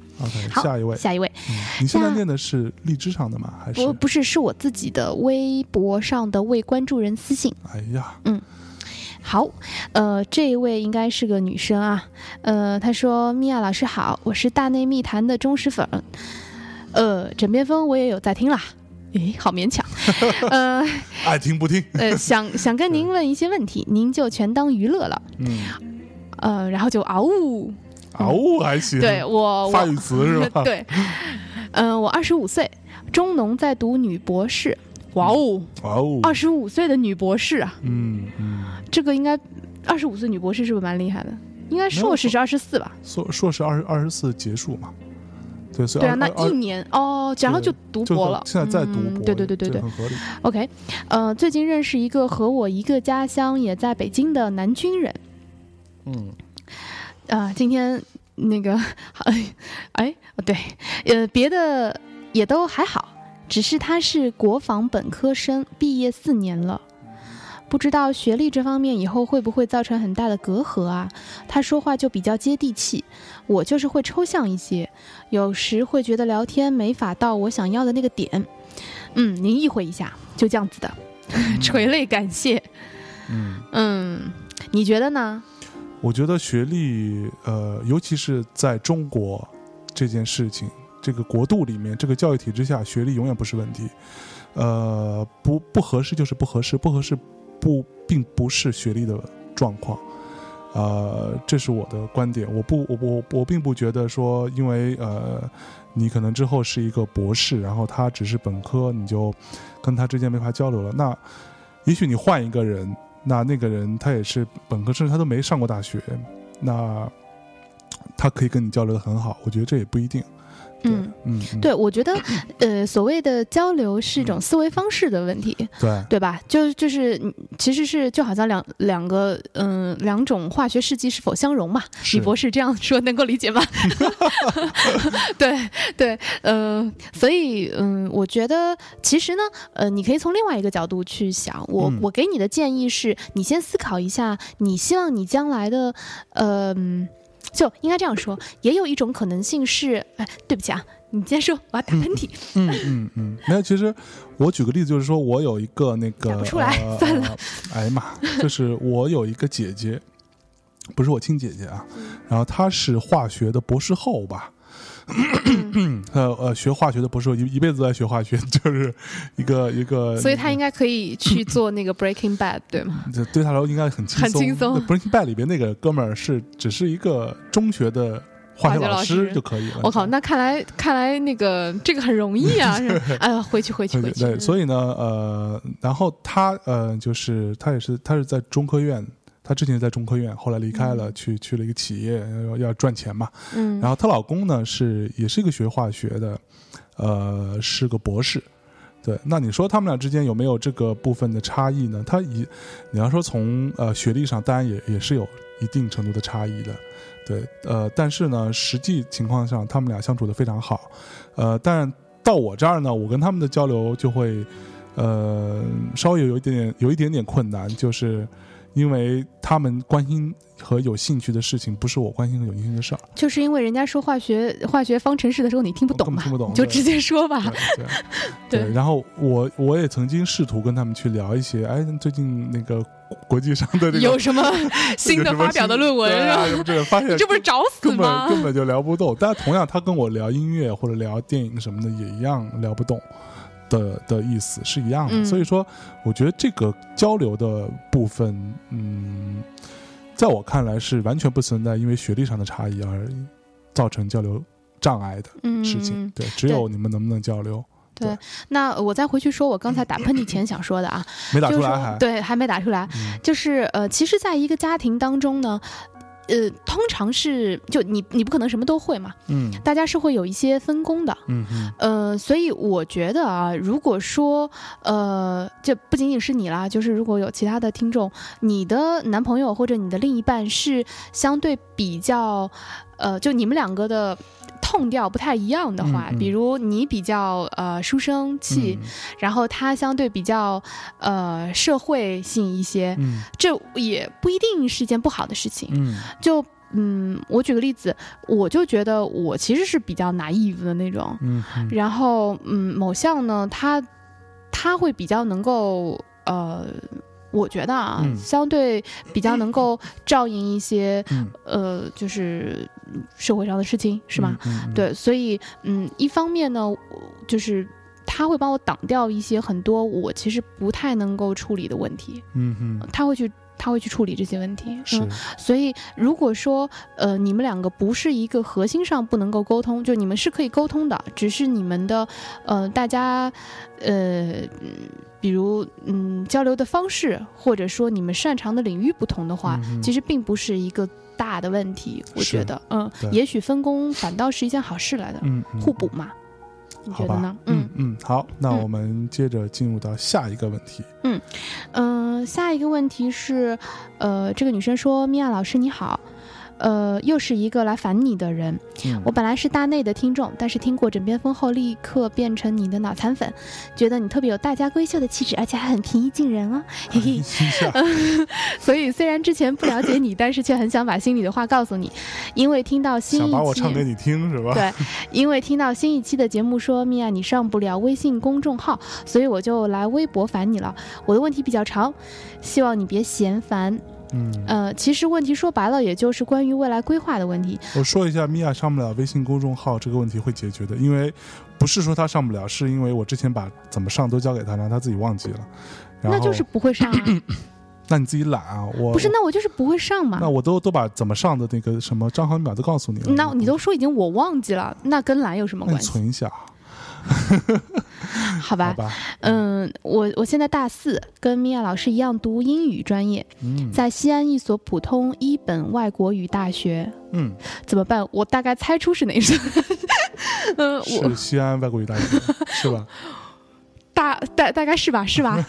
[SPEAKER 1] 好
[SPEAKER 2] OK，下一位，
[SPEAKER 1] 下一位，
[SPEAKER 2] 嗯你现在
[SPEAKER 1] 下
[SPEAKER 2] 念的是荔枝上的吗？还是
[SPEAKER 1] 不，？不是，是我自己的微博上的未关注人私信。
[SPEAKER 2] 哎呀，
[SPEAKER 1] 好，呃，这一位应该是个女生啊，呃，她说：“米娅老师好，我是大内密谈的忠实粉，呃，枕边风我也有在听啦。”诶，好勉强， 呃
[SPEAKER 2] 爱听不听，
[SPEAKER 1] 呃，想想跟您问一些问题，您就全当娱乐了，
[SPEAKER 2] 嗯，
[SPEAKER 1] 呃，然后就嗷呜，
[SPEAKER 2] 啊呜还行，
[SPEAKER 1] 对，我我
[SPEAKER 2] 发语词是吧？
[SPEAKER 1] 对，嗯、我二十五岁，中农在读女博士。哇哦，
[SPEAKER 2] 啊呜，
[SPEAKER 1] 二十五岁的女博士啊，
[SPEAKER 2] 嗯嗯，
[SPEAKER 1] 这个应该二十五岁女博士是不是蛮厉害的？应该
[SPEAKER 2] 没有啊
[SPEAKER 1] 硕士是二十四吧？
[SPEAKER 2] 硕硕士二二十四结束嘛，对，所以
[SPEAKER 1] 对啊，
[SPEAKER 2] 二
[SPEAKER 1] 那
[SPEAKER 2] 二
[SPEAKER 1] 一年哦，然后就读
[SPEAKER 2] 就
[SPEAKER 1] 博了。
[SPEAKER 2] 现在在读
[SPEAKER 1] 嗯
[SPEAKER 2] 博，
[SPEAKER 1] 对对对对
[SPEAKER 2] 这
[SPEAKER 1] 对
[SPEAKER 2] 很合理，
[SPEAKER 1] ，OK，呃，最近认识一个和我一个家乡也在北京的南军人，
[SPEAKER 2] 嗯，
[SPEAKER 1] 啊，今天那个， 哎，哎，对，呃，别的也都还好，只是他是国防本科生，毕业四年了，不知道学历这方面以后会不会造成很大的隔阂啊？他说话就比较接地气，我就是会抽象一些，有时会觉得聊天没法到我想要的那个点。嗯，您意会一下，就这样子的， 垂泪感谢。
[SPEAKER 2] 嗯，
[SPEAKER 1] 嗯，你觉得呢？
[SPEAKER 2] 我觉得学历，呃，尤其是在中国这件事情，这个国度里面，这个教育体制下，学历永远不是问题。呃，不不合适就是不合适，不合适不并不是学历的状况。呃，这是我的观点，我不我我我并不觉得说，因为呃，你可能之后是一个博士，然后他只是本科，你就跟他之间没法交流了。那也许你换一个人，那那个人他也是本科，甚至他都没上过大学，那他可以跟你交流的很好，我觉得这也不一定。对
[SPEAKER 1] 嗯。
[SPEAKER 2] 嗯，嗯
[SPEAKER 1] 对，我觉得，呃，所谓的交流是一种思维方式的问题，
[SPEAKER 2] 对
[SPEAKER 1] 对吧？就就是，嗯其实是就好像两两个，嗯、两种化学试剂是否相容嘛？
[SPEAKER 2] 是
[SPEAKER 1] 李博士这样说能够理解吗？ 对对，呃，所以嗯，我觉得其实呢，呃，你可以从另外一个角度去想。我、
[SPEAKER 2] 嗯
[SPEAKER 1] 我给你的建议是，你先思考一下，你希望你将来的，呃，嗯就应该这样说。也有一种可能性是，哎，对不起啊，你先说，我要打喷嚏。
[SPEAKER 2] 嗯嗯嗯，没有。其实我举个例子，就是说我有一个那个，
[SPEAKER 1] 讲不出来
[SPEAKER 2] 呃、
[SPEAKER 1] 算了。
[SPEAKER 2] 哎呀妈，就是我有一个姐姐，不是我亲姐姐啊，然后她是化学的博士后吧。 呃呃，学化学的博士后一一辈子都在学化学，就是一个一个，
[SPEAKER 1] 所以他应该可以去做那个 Breaking Bad，对吗？
[SPEAKER 2] 这对他来说应该很轻松。
[SPEAKER 1] 很轻松
[SPEAKER 2] 那 Breaking Bad 里边那个哥们儿是只是一个中学的化
[SPEAKER 1] 化
[SPEAKER 2] 学
[SPEAKER 1] 学老
[SPEAKER 2] 师
[SPEAKER 1] 师
[SPEAKER 2] 就可以了。
[SPEAKER 1] 我靠，那看来看来那个这个很容易啊！是 吧哎呀，回去回去
[SPEAKER 2] 对
[SPEAKER 1] 回去。
[SPEAKER 2] 对，所以呢，呃，然后他呃，就是他也是他是在中科院，他之前在中科院，后来离开了，去去了一个企业，要要赚钱嘛。
[SPEAKER 1] 嗯，
[SPEAKER 2] 然后她老公呢是也是一个学化学的，呃，是个博士。对，那你说他们俩之间有没有这个部分的差异呢？他以你要说从呃学历上，当然也也是有一定程度的差异的，对，呃，但是呢，实际情况上他们俩相处的非常好，呃，但到我这儿呢，我跟他们的交流就会，呃，稍微有一点点有一点点困难，就是因为他们关心和有兴趣的事情，不是我关心和有兴趣的事儿。
[SPEAKER 1] 就是因为人家说化学化学方程式的时候，你听不
[SPEAKER 2] 我根
[SPEAKER 1] 懂
[SPEAKER 2] 本
[SPEAKER 1] 嘛，
[SPEAKER 2] 哦听不懂
[SPEAKER 1] 你就
[SPEAKER 2] 对
[SPEAKER 1] 直接说吧。
[SPEAKER 2] 对对
[SPEAKER 1] 对
[SPEAKER 2] 然后我我也曾经试图跟他们去聊一些，哎，最近那个国际上的这个
[SPEAKER 1] 有什么新
[SPEAKER 2] 有
[SPEAKER 1] 的
[SPEAKER 2] 什么
[SPEAKER 1] 发表的
[SPEAKER 2] 新
[SPEAKER 1] 论文
[SPEAKER 2] 对
[SPEAKER 1] 是
[SPEAKER 2] 啊
[SPEAKER 1] 吧？
[SPEAKER 2] 有这个发现
[SPEAKER 1] 你这不是找死
[SPEAKER 2] 根
[SPEAKER 1] 吗
[SPEAKER 2] 本？根本就聊不动。但同样，他跟我聊音乐或者聊电影什么的，也一样聊不动的的意思是一样的。
[SPEAKER 1] 嗯
[SPEAKER 2] 所以说，我觉得这个交流的部分，嗯，在我看来是完全不存在因为学历上的差异而造成交流障碍的
[SPEAKER 1] 嗯
[SPEAKER 2] 事情。对，只有你们能不能交流，
[SPEAKER 1] 那我再回去说，我刚才打喷嚏前想说的啊，
[SPEAKER 2] 没打
[SPEAKER 1] 就
[SPEAKER 2] 出
[SPEAKER 1] 是
[SPEAKER 2] 来
[SPEAKER 1] 说
[SPEAKER 2] 还。
[SPEAKER 1] 对，还没打出来。
[SPEAKER 2] 嗯
[SPEAKER 1] 就是呃，其实，在一个家庭当中呢，呃，通常是就你你不可能什么都会嘛，
[SPEAKER 2] 嗯
[SPEAKER 1] 大家是会有一些分工的。
[SPEAKER 2] 嗯嗯
[SPEAKER 1] 呃，所以我觉得啊，如果说呃，这不仅仅是你啦，就是如果有其他的听众，你的男朋友或者你的另一半是相对比较，呃，就你们两个的。痛调不太一样的话，
[SPEAKER 2] 嗯嗯嗯
[SPEAKER 1] 比如你比较呃书生气，然后他相对比较呃社会性一些，
[SPEAKER 2] 嗯
[SPEAKER 1] 这也不一定是一件不好的事情。
[SPEAKER 2] 嗯
[SPEAKER 1] 就嗯，我举个例子，我就觉得我其实是比较 naive 的那种，
[SPEAKER 2] 嗯嗯
[SPEAKER 1] 然后嗯，某项呢，他他会比较能够呃。我觉得啊，
[SPEAKER 2] 嗯
[SPEAKER 1] 相对比较能 够照应一些、
[SPEAKER 2] 嗯，
[SPEAKER 1] 呃，就是嗯社会上的事情，是吗？
[SPEAKER 2] 嗯？嗯，
[SPEAKER 1] 对，所以嗯，一方面呢，我就是他会帮我挡掉一些很多我其实不太能够处理的问题，
[SPEAKER 2] 嗯嗯
[SPEAKER 1] 他会去他会去处理这些问题。
[SPEAKER 2] 是
[SPEAKER 1] 嗯，所以如果说呃你们两个不是一个核心上不能够沟通，就你们是可以沟通的，只是你们的呃大家呃。嗯比如，嗯，交流的方式，或者说你们擅长的领域不同的话，
[SPEAKER 2] 嗯嗯
[SPEAKER 1] 其实并不是一个大的问题。我
[SPEAKER 2] 是
[SPEAKER 1] 觉得，嗯
[SPEAKER 2] 对，
[SPEAKER 1] 也许分工反倒是一件好事来的。
[SPEAKER 2] 嗯嗯
[SPEAKER 1] 互补嘛？你觉
[SPEAKER 2] 好
[SPEAKER 1] 得
[SPEAKER 2] 吧
[SPEAKER 1] 呢？，
[SPEAKER 2] 嗯
[SPEAKER 1] 嗯
[SPEAKER 2] 嗯，好，那
[SPEAKER 1] 嗯
[SPEAKER 2] 我们接着进入到下一个问题。
[SPEAKER 1] 嗯、呃下一个问题是，呃，这个女生说：“米娅老师你好，呃，又是一个来烦你的人。
[SPEAKER 2] 嗯
[SPEAKER 1] 我本来是大内的听众，但是听过枕边风后，立刻变成你的脑残粉，觉得你特别有大家闺秀的气质，而且还很平易近人 哦，嘿嘿。
[SPEAKER 2] 一下，
[SPEAKER 1] 所以虽然之前不了解你，但是却很想把心里的话告诉你，因为听到新一
[SPEAKER 2] 想
[SPEAKER 1] 期
[SPEAKER 2] 把我唱给你听是吧？
[SPEAKER 1] 对因为听到新一期的节目说米娅你上不了微信公众号，所以我就来微博烦你了。我的问题比较长，希望你别嫌烦。
[SPEAKER 2] 嗯，
[SPEAKER 1] 呃，其实问题说白了，也就是关于未来规划的问题。
[SPEAKER 2] 我说一下，米娅上不了微信公众号这个问题会解决的，因为不是说她上不了，是因为我之前把怎么上都交给她，然后她自己忘记了。然
[SPEAKER 1] 那
[SPEAKER 2] 后
[SPEAKER 1] 就是，不会上、啊，
[SPEAKER 2] 那你自己懒啊，我
[SPEAKER 1] 不是？那我就是不会上嘛
[SPEAKER 2] 那。我都都把怎么上的那个什么账号密码都告诉你了，
[SPEAKER 1] 那你都说已经我忘记了，那跟懒有什么
[SPEAKER 2] 那你
[SPEAKER 1] 关系？
[SPEAKER 2] 存一下，
[SPEAKER 1] 好
[SPEAKER 2] 哎好
[SPEAKER 1] 吧，
[SPEAKER 2] 吧？
[SPEAKER 1] 嗯，我我现在大四，跟米娅老师一样读英语专业，
[SPEAKER 2] 嗯
[SPEAKER 1] 在西安一所普通一本外国语大学。
[SPEAKER 2] 嗯，
[SPEAKER 1] 怎么办？我大概猜出是哪 一所。嗯，我
[SPEAKER 2] 是西安外国语 大学是吧？
[SPEAKER 1] 大大大概是吧，是 吧？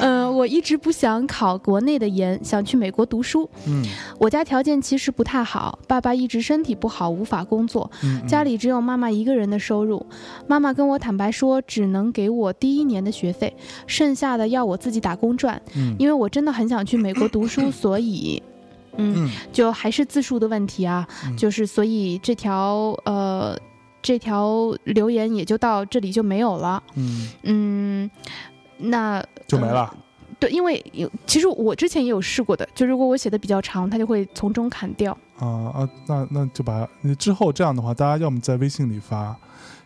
[SPEAKER 1] 嗯、我一直不想考国内的研，想去美国读书。
[SPEAKER 2] 嗯
[SPEAKER 1] 我家条件其实不太好，爸爸一直身体不好，无法工作，
[SPEAKER 2] 嗯，嗯
[SPEAKER 1] 家里只有妈妈一个人的收入。妈妈跟我坦白说，只能给我第一年的学费，剩下的要我自己打工赚。
[SPEAKER 2] 嗯
[SPEAKER 1] 因为我真的很想去美国读 书，所以，嗯，
[SPEAKER 2] 嗯
[SPEAKER 1] 就还是字数的问题啊，
[SPEAKER 2] 嗯
[SPEAKER 1] 就是所以这条呃这条留言也就到这里就没有了。
[SPEAKER 2] 嗯
[SPEAKER 1] 嗯，那
[SPEAKER 2] 就没了。
[SPEAKER 1] 嗯对，因为有其实我之前也有试过的，就如果我写的比较长，它就会从中砍掉。
[SPEAKER 2] 啊啊，那那就把那之后这样的话，大家要么在微信里发，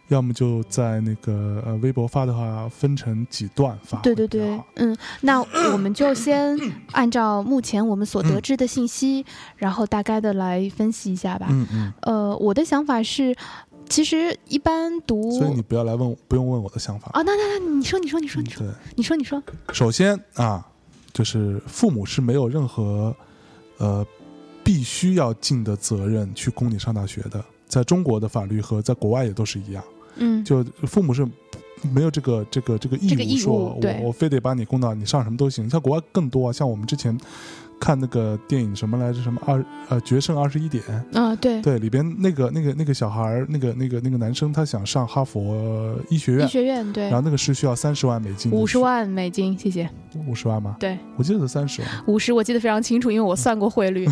[SPEAKER 2] 要么就在那个呃微博发的话，分成几段发。
[SPEAKER 1] 对对对，嗯，那我们就先按照目前我们所
[SPEAKER 2] 嗯
[SPEAKER 1] 得知的信息，然后大概的来分析一下吧。
[SPEAKER 2] 嗯嗯。
[SPEAKER 1] 呃，我的想法是，其实一般读
[SPEAKER 2] 所以你不要来问我，不用问我的想法。
[SPEAKER 1] 啊，那那那你说你说你说
[SPEAKER 2] 嗯
[SPEAKER 1] 你说
[SPEAKER 2] 对，
[SPEAKER 1] 你说你说，
[SPEAKER 2] 首先啊，就是父母是没有任何呃必须要尽的责任去供你上大学的，在中国的法律和在国外也都是一样。
[SPEAKER 1] 嗯，
[SPEAKER 2] 就父母是没有这个这个这个义
[SPEAKER 1] 这个
[SPEAKER 2] 务
[SPEAKER 1] 义务
[SPEAKER 2] 说，我
[SPEAKER 1] 对
[SPEAKER 2] 我非得把你供到你上什么都行。像国外更多啊，像我们之前看那个电影什么来着？什么二呃《决胜二十一点》
[SPEAKER 1] 啊，对，
[SPEAKER 2] 对，里边那个那个那个小孩儿，那个那个那个男生，他想上哈佛医学
[SPEAKER 1] 医
[SPEAKER 2] 院，
[SPEAKER 1] 学院对
[SPEAKER 2] 然，后那个是需要三十万美金的，
[SPEAKER 1] 五十万美金，谢谢。
[SPEAKER 2] 五十万吗？
[SPEAKER 1] 对，
[SPEAKER 2] 我记得是三十万。
[SPEAKER 1] 五十我记得非常清楚，因为我算过汇 率。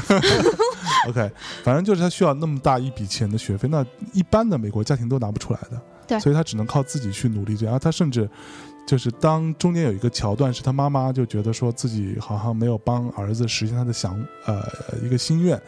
[SPEAKER 2] OK，反正就是他需要那么大一笔钱的学费，那一般的美国家庭都拿不出来的，
[SPEAKER 1] 对
[SPEAKER 2] 所以他只能靠自己去努力这样。然后他甚至就是当中间有一个桥段，是他妈妈就觉得说自己好像没有帮儿子实现他的想呃一个心愿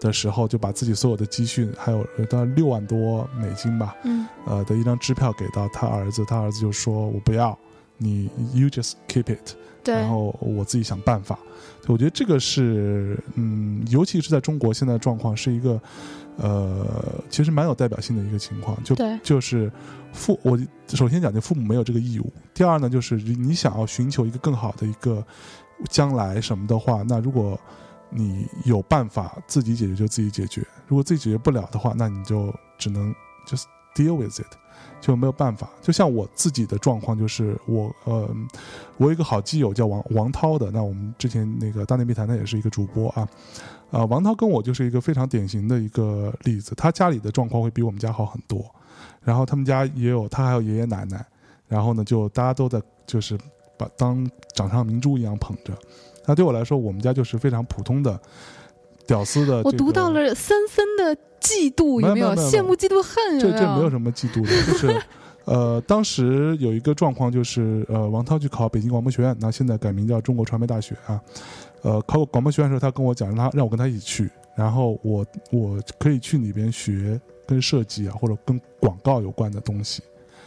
[SPEAKER 2] 的时候，就把自己所有的积蓄还有呃大概六万多美金吧，
[SPEAKER 1] 嗯，
[SPEAKER 2] 呃的一张支票给到他儿子，他儿子就说我不要，你 you just keep it。
[SPEAKER 1] 对
[SPEAKER 2] 然，后我自己想办法。对我觉得这个是，嗯，尤其是在中国现在的状况是一个，呃，其实蛮有代表性的一个情况，就
[SPEAKER 1] 对，
[SPEAKER 2] 就是父，我首先讲就父母没有这个义务，第二呢，就是你想要寻求一个更好的一个将来什么的话，那如果你有办法自己解决就自己解决，如果自己解决不了的话，那你就只能 just deal with it，就没有办法。就像我自己的状况，就是我呃，我有一个好基友叫王王涛的，那我们之前那个大内密谈，他也是一个主播啊。呃，王涛跟我就是一个非常典型的一个例子，他家里的状况会比我们家好很多，然后他们家也有他还有爷爷奶奶，然后呢，就大家都在就是把当掌上明珠一样捧着。那对我来说，我们家就是非常普通的屌丝的、这个。
[SPEAKER 1] 我读到了森森的嫉妒，有
[SPEAKER 2] 没有
[SPEAKER 1] 有？
[SPEAKER 2] 没有没有
[SPEAKER 1] 羡慕、嫉妒、恨，啊
[SPEAKER 2] 这
[SPEAKER 1] 没
[SPEAKER 2] 这没有
[SPEAKER 1] 有？
[SPEAKER 2] 什么嫉妒 的，就是。呃，当时有一个状况就是，呃，王涛去考北京广播学院，那现在改名叫中国传媒大学啊。呃，考广播学院的时候，他跟我讲，让他让我跟他一起去，然后我我可以去里边学跟设计啊，或者跟广告有关的东西，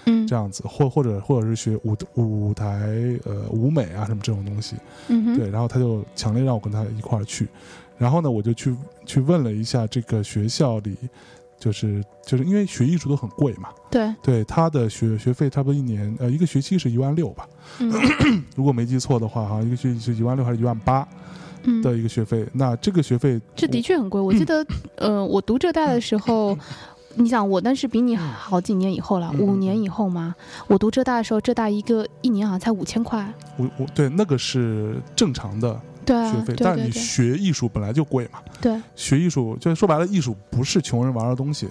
[SPEAKER 1] 嗯
[SPEAKER 2] 这样子，或或者或者是学舞舞台呃舞美啊什么这种东西。
[SPEAKER 1] 嗯哼，
[SPEAKER 2] 对，然后他就强烈让我跟他一块儿去，然后呢，我就去去问了一下这个学校里，就是就是因为学艺术都很贵嘛，
[SPEAKER 1] 对，
[SPEAKER 2] 对他的学学费差不多一年呃一个学期是一万六吧，
[SPEAKER 1] 嗯
[SPEAKER 2] 如果没记错的话哈，一个学期是一万六还是一万八
[SPEAKER 1] 嗯，
[SPEAKER 2] 的一个学费，那这个学费
[SPEAKER 1] 这的确很贵。
[SPEAKER 2] 嗯
[SPEAKER 1] 我记得，呃，我读浙大的时候，你想我那是比你好几年以后了，
[SPEAKER 2] 嗯
[SPEAKER 1] 五年以后嘛。我读浙大的时候，浙大一个一年好像才五千块，
[SPEAKER 2] 我我对那个是正常的
[SPEAKER 1] 对啊，
[SPEAKER 2] 学费，
[SPEAKER 1] 对
[SPEAKER 2] 但是
[SPEAKER 1] 对
[SPEAKER 2] 你
[SPEAKER 1] 对
[SPEAKER 2] 学艺术本来就贵嘛，
[SPEAKER 1] 对
[SPEAKER 2] 学艺术就是说白了，艺术不是穷人玩的东西，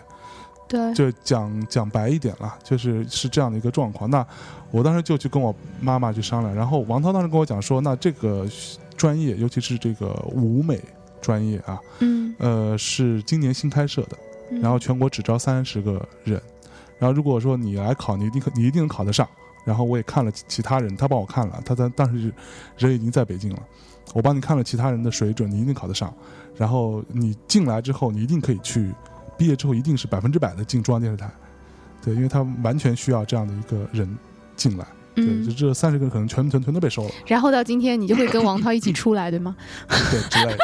[SPEAKER 1] 对，
[SPEAKER 2] 就讲讲白一点啦，就是是这样的一个状况。那我当时就去跟我妈妈去商量，然后王涛当时跟我讲说，那这个专业，尤其是这个舞美专业啊，
[SPEAKER 1] 嗯，
[SPEAKER 2] 呃，是今年新开设的，
[SPEAKER 1] 嗯
[SPEAKER 2] 然后全国只招三十个人，然后如果说你来考，你一定可你一定能考得上。然后我也看了其其他人，他帮我看了，他在当时人已经在北京了，我帮你看了其他人的水准，你一定考得上。然后你进来之后，你一定可以去，毕业之后一定是百分之百的进中央电视台，对，因为他完全需要这样的一个人进来，对，就
[SPEAKER 1] 嗯，
[SPEAKER 2] 这三十个人可能全全全都被收了。
[SPEAKER 1] 然后到今天你就会跟王涛一起出来，对 吗？
[SPEAKER 2] 对之类的。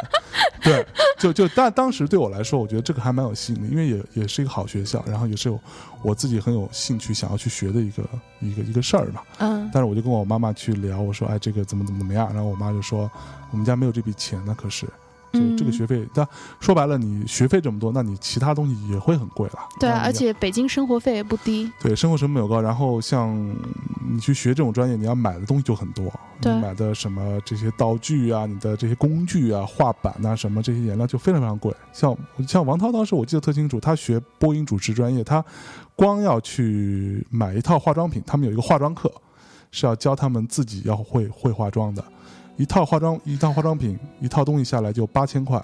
[SPEAKER 2] 对，就就但当时对我来说，我觉得这个还蛮有吸引力，因为也也是一个好学校，然后也是有我自己很有兴趣想要去学的一个一个一个事儿嘛。
[SPEAKER 1] 嗯，
[SPEAKER 2] 但是我就跟我妈妈去聊，我说哎，这个怎么怎么怎么样？然后我妈就说，我们家没有这笔钱呢，可是。就
[SPEAKER 1] 嗯
[SPEAKER 2] 这个学费，但说白了，你学费这么多，那你其他东西也会很贵了。
[SPEAKER 1] 对啊，
[SPEAKER 2] 那你
[SPEAKER 1] 而且北京生活费也不低，
[SPEAKER 2] 对，生活成本有高，然后像你去学这种专业，你要买的东西就很多，你
[SPEAKER 1] 对
[SPEAKER 2] 买的什么这些道具啊，你的这些工具啊、画板啊，什么这些颜料就非常非常贵。像像王涛当时我记得特清楚，他学播音主持专业，他光要去买一套化妆品，他们有一个化妆课，是要教他们自己要会会化妆的，一套化妆一套化妆品一套东西下来就八千块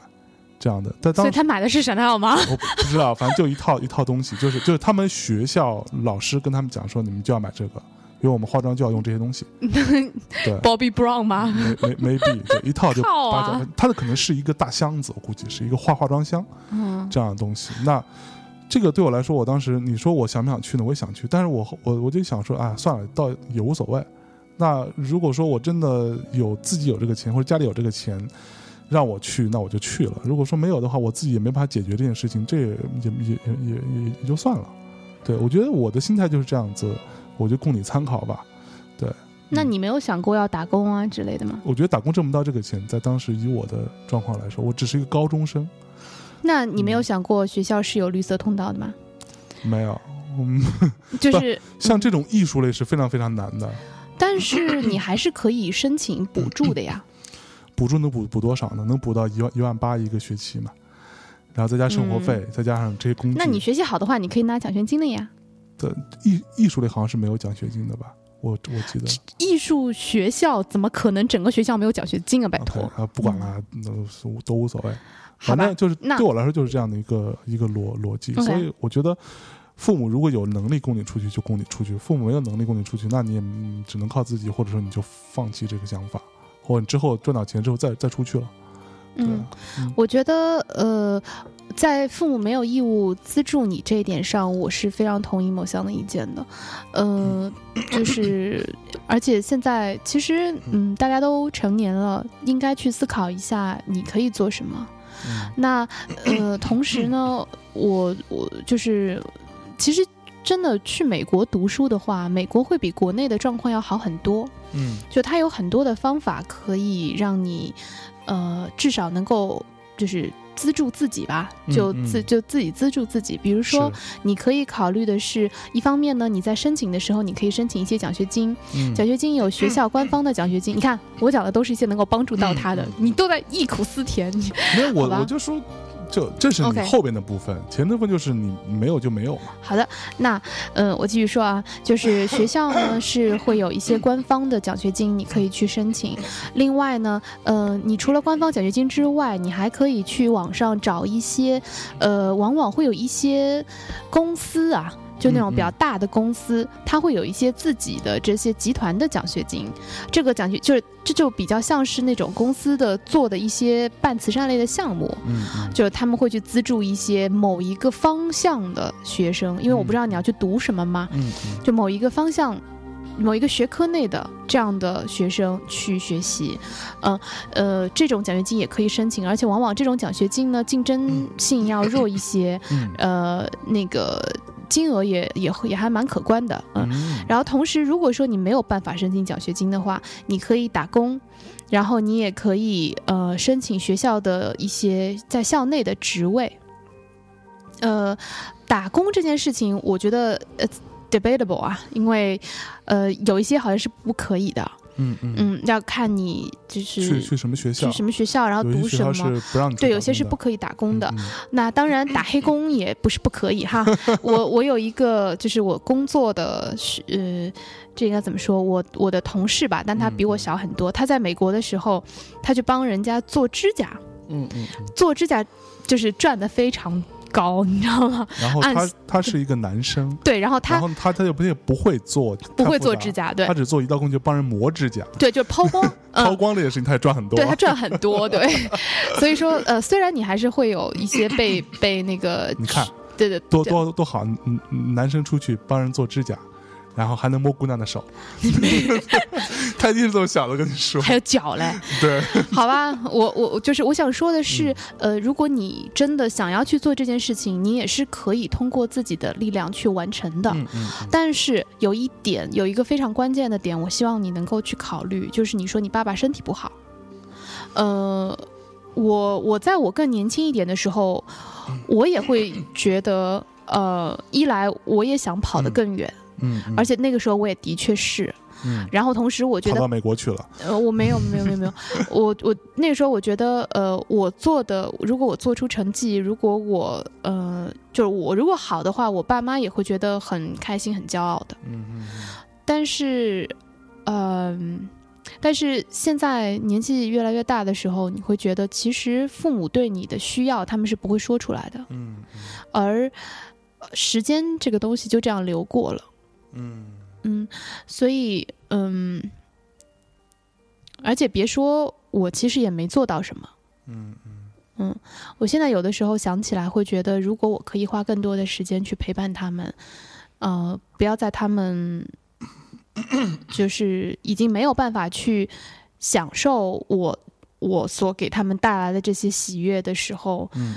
[SPEAKER 2] 这样的。但当
[SPEAKER 1] 所以
[SPEAKER 2] 时
[SPEAKER 1] 他买的是香奈儿吗？
[SPEAKER 2] 我 不知道，反正就一套一套东西，就是就是他们学校老师跟他们讲说，你们就要买这个，因为我们化妆就要用这些东西。对
[SPEAKER 1] Bobby Brown 吗？
[SPEAKER 2] 没没没必，对，一套 就
[SPEAKER 1] 靠
[SPEAKER 2] 八
[SPEAKER 1] 啊
[SPEAKER 2] 九，它的可能是一个大箱子，我估计是一个化化妆箱
[SPEAKER 1] 嗯，
[SPEAKER 2] 这样的东西。那这个对我来说，我当时你说我想不想去呢？我也想去，但是我我我就想说，啊，算了，倒也无所谓。那如果说我真的有自己有这个钱，或者家里有这个钱，让我去，那我就去了。如果说没有的话，我自己也没办法解决这件事情，这也也也也也也就算了。对，我觉得我的心态就是这样子，我就供你参考吧。
[SPEAKER 1] 那你没有想过要打工啊之类的吗？
[SPEAKER 2] 我觉得打工挣不到这个钱，在当时以我的状况来说，我只是一个高中生，
[SPEAKER 1] 那你没
[SPEAKER 2] 嗯
[SPEAKER 1] 有想过学校是有绿色通道的吗？
[SPEAKER 2] 没有。嗯，
[SPEAKER 1] 就是
[SPEAKER 2] 像这种艺术类是非常非常难的。
[SPEAKER 1] 但是你还是可以申请补助的呀。
[SPEAKER 2] 补助能补补多少呢？能补到一万一万八一个学期嘛？然后再加生活费，再加上这些工具。
[SPEAKER 1] 嗯那你学习好的话，你可以拿奖学金的呀。
[SPEAKER 2] 的艺艺术类好像是没有奖学金的吧？我我记得。
[SPEAKER 1] 艺术学校怎么可能整个学校没有奖学金啊？拜托
[SPEAKER 2] OK，啊，不管了，那都都无所谓。
[SPEAKER 1] 好
[SPEAKER 2] 反
[SPEAKER 1] 吧
[SPEAKER 2] 正就是
[SPEAKER 1] 那
[SPEAKER 2] 对我来说就是这样的一个一个逻逻辑，
[SPEAKER 1] OK
[SPEAKER 2] 所以我觉得父母如果有能力供你出去就供你出去，父母没有能力供你出去，那你也嗯只能靠自己，或者说你就放弃这个想法，或者你之后赚到钱之后再再出去了。对
[SPEAKER 1] 嗯，我觉得呃，在父母没有义务资助你这一点上，我是非常同意某项的意见的。呃，就是， 而且现在其实嗯，大家都成年了，应该去思考一下你可以做什么。
[SPEAKER 2] 嗯
[SPEAKER 1] 那 呃，同时呢，我我就是，其实真的去美国读书的话，美国会比国内的状况要好很多。
[SPEAKER 2] 嗯
[SPEAKER 1] 就它有很多的方法可以让你，呃，至少能够就是资助自己吧，
[SPEAKER 2] 嗯
[SPEAKER 1] 就自、
[SPEAKER 2] 嗯
[SPEAKER 1] 就自己资助自己。比如说，你可以考虑的是，一方面呢，你在申请的时候，你可以申请一些奖学金，
[SPEAKER 2] 嗯
[SPEAKER 1] 奖学金有学校官方的奖学金。你看，我讲的都是一些能够帮助到他的，
[SPEAKER 2] 嗯嗯
[SPEAKER 1] 你都在忆苦思甜。你
[SPEAKER 2] 没有
[SPEAKER 1] 好吧
[SPEAKER 2] 我我就说。就这是你
[SPEAKER 1] OK
[SPEAKER 2] 后边的部分前部分就是你没有就没有嘛。
[SPEAKER 1] 好的，那呃，我继续说啊，就是学校 呢是会有一些官方的奖学金，你可以去申请。另外呢，呃，你除了官方奖学金之外，你还可以去网上找一些，呃，往往会有一些公司啊。就那种比较
[SPEAKER 2] 嗯
[SPEAKER 1] 大的公司，它会有一些自己的这些集团的奖学金，这个奖学就是这就比较像是那种公司的做的一些办慈善类的项目，
[SPEAKER 2] 嗯嗯，
[SPEAKER 1] 就是他们会去资助一些某一个方向的学生，因为我不知道你要去读什么嘛，
[SPEAKER 2] 嗯
[SPEAKER 1] 就某一个方向。某一个学科内的这样的学生去学习，嗯呃，这种奖学金也可以申请，而且往往这种奖学金呢竞争性要弱一些，
[SPEAKER 2] 嗯
[SPEAKER 1] 呃，那个金额也也会也还蛮可观的，嗯，
[SPEAKER 2] 嗯，
[SPEAKER 1] 然后同时，如果说你没有办法申请奖学金的话，你可以打工，然后你也可以呃申请学校的一些在校内的职位。呃，打工这件事情，我觉得呃 debatable 啊，因为呃有一些好像是不可以的，
[SPEAKER 2] 嗯嗯嗯，
[SPEAKER 1] 嗯，要看你就是
[SPEAKER 2] 去去什么学校？
[SPEAKER 1] 去什么学校，然后
[SPEAKER 2] 有
[SPEAKER 1] 读
[SPEAKER 2] 些学
[SPEAKER 1] 什
[SPEAKER 2] 校
[SPEAKER 1] 么。
[SPEAKER 2] 是不让你去
[SPEAKER 1] 对，
[SPEAKER 2] 打
[SPEAKER 1] 有些
[SPEAKER 2] 工
[SPEAKER 1] 是
[SPEAKER 2] 的
[SPEAKER 1] 不可以打工的。
[SPEAKER 2] 嗯嗯
[SPEAKER 1] 那当然，打黑工也不是不可以 哈。我我有一个，就是我工作的是呃，这应该怎么说？我我的同事吧，但他比我小很多。他在美国的时候，他去帮人家做指甲，
[SPEAKER 2] 嗯嗯嗯，
[SPEAKER 1] 做指甲就是赚的非常高，你知道 吗？
[SPEAKER 2] 然后
[SPEAKER 1] 按
[SPEAKER 2] 他他是一个男生，
[SPEAKER 1] 对，然后
[SPEAKER 2] 然
[SPEAKER 1] 他
[SPEAKER 2] 后他他又不也不会做，
[SPEAKER 1] 不
[SPEAKER 2] 太
[SPEAKER 1] 会
[SPEAKER 2] 复
[SPEAKER 1] 做
[SPEAKER 2] 杂
[SPEAKER 1] 指，甲，对
[SPEAKER 2] 他只做一道工具帮人磨指甲，
[SPEAKER 1] 对，就是抛 光，嗯
[SPEAKER 2] 抛光这件事情他也赚很多
[SPEAKER 1] 对。他赚很多， 对，所以说呃，虽然你还是会有一些被被那个，
[SPEAKER 2] 你看，
[SPEAKER 1] 对对，
[SPEAKER 2] 多多多好，嗯嗯男生出去帮人做指甲，然后还能摸姑娘的 手，他一定是这么想的，跟你说，
[SPEAKER 1] 还有脚嘞，
[SPEAKER 2] 对，
[SPEAKER 1] 好吧，我我我就是我想说的是，
[SPEAKER 2] 嗯
[SPEAKER 1] 呃，如果你真的想要去做这件事情，你也是可以通过自己的力量去完成的。
[SPEAKER 2] 嗯嗯
[SPEAKER 1] 但是有一点，有一个非常关键的点，我希望你能够去考虑，就是你说你爸爸身体不好，呃，我我在我更年轻一点的时候，
[SPEAKER 2] 嗯
[SPEAKER 1] 我也会觉得，呃，一来我也想跑得更远，
[SPEAKER 2] 嗯嗯，
[SPEAKER 1] 而且那个时候我也的确是，
[SPEAKER 2] 嗯
[SPEAKER 1] 然后同时我觉
[SPEAKER 2] 跑
[SPEAKER 1] 得
[SPEAKER 2] 到美国去了，
[SPEAKER 1] 呃，我没有，没有，没有， 没有。我我那个时候我觉得，呃，我做的，如果我做出成绩，如果我呃，就是我如果好的话，我爸妈也会觉得很开心、很骄傲的。
[SPEAKER 2] 嗯嗯
[SPEAKER 1] 但是，嗯、但是现在年纪越来越大的时候，你会觉得其实父母对你的需要，他们是不会说出来的，
[SPEAKER 2] 嗯
[SPEAKER 1] 而呃时间这个东西就这样流过了。
[SPEAKER 2] 嗯
[SPEAKER 1] 嗯，所以嗯，而且别说我其实也没做到什么。
[SPEAKER 2] 嗯
[SPEAKER 1] 我现在有的时候想起来会觉得，如果我可以花更多的时间去陪伴他们，呃，不要在他们就是已经没有办法去享受我我所给他们带来的这些喜悦的时候，
[SPEAKER 2] 嗯，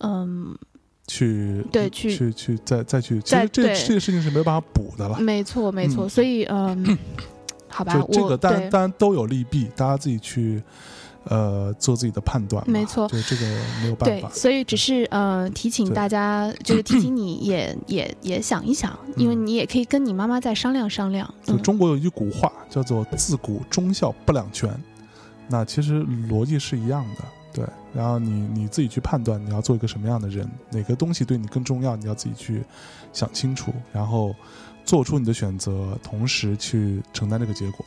[SPEAKER 1] 嗯，
[SPEAKER 2] 去
[SPEAKER 1] 对去
[SPEAKER 2] 去去再再去，其
[SPEAKER 1] 再
[SPEAKER 2] 实这
[SPEAKER 1] 对
[SPEAKER 2] 这个事情是没办法补的了。
[SPEAKER 1] 没错没错，
[SPEAKER 2] 嗯
[SPEAKER 1] 所以 嗯，好吧，
[SPEAKER 2] 就这
[SPEAKER 1] 我
[SPEAKER 2] 个，当
[SPEAKER 1] 对
[SPEAKER 2] 然当然都有利弊，大家自己去呃做自己的判断嘛。
[SPEAKER 1] 没错
[SPEAKER 2] 就这个没有办
[SPEAKER 1] 对
[SPEAKER 2] 法，。嗯
[SPEAKER 1] 所以只是呃提醒
[SPEAKER 2] 对
[SPEAKER 1] 大 家，就是提醒你也也也想一想，因为
[SPEAKER 2] 嗯
[SPEAKER 1] 你也可以跟你妈妈再商量商量。
[SPEAKER 2] 就
[SPEAKER 1] 嗯，
[SPEAKER 2] 中国有一句古话叫做“自古忠孝不两全”，那其实逻辑是一样的，对。然后你你自己去判断你要做一个什么样的人，哪个东西对你更重要，你要自己去想清楚，然后做出你的选择，同时去承担这个结果，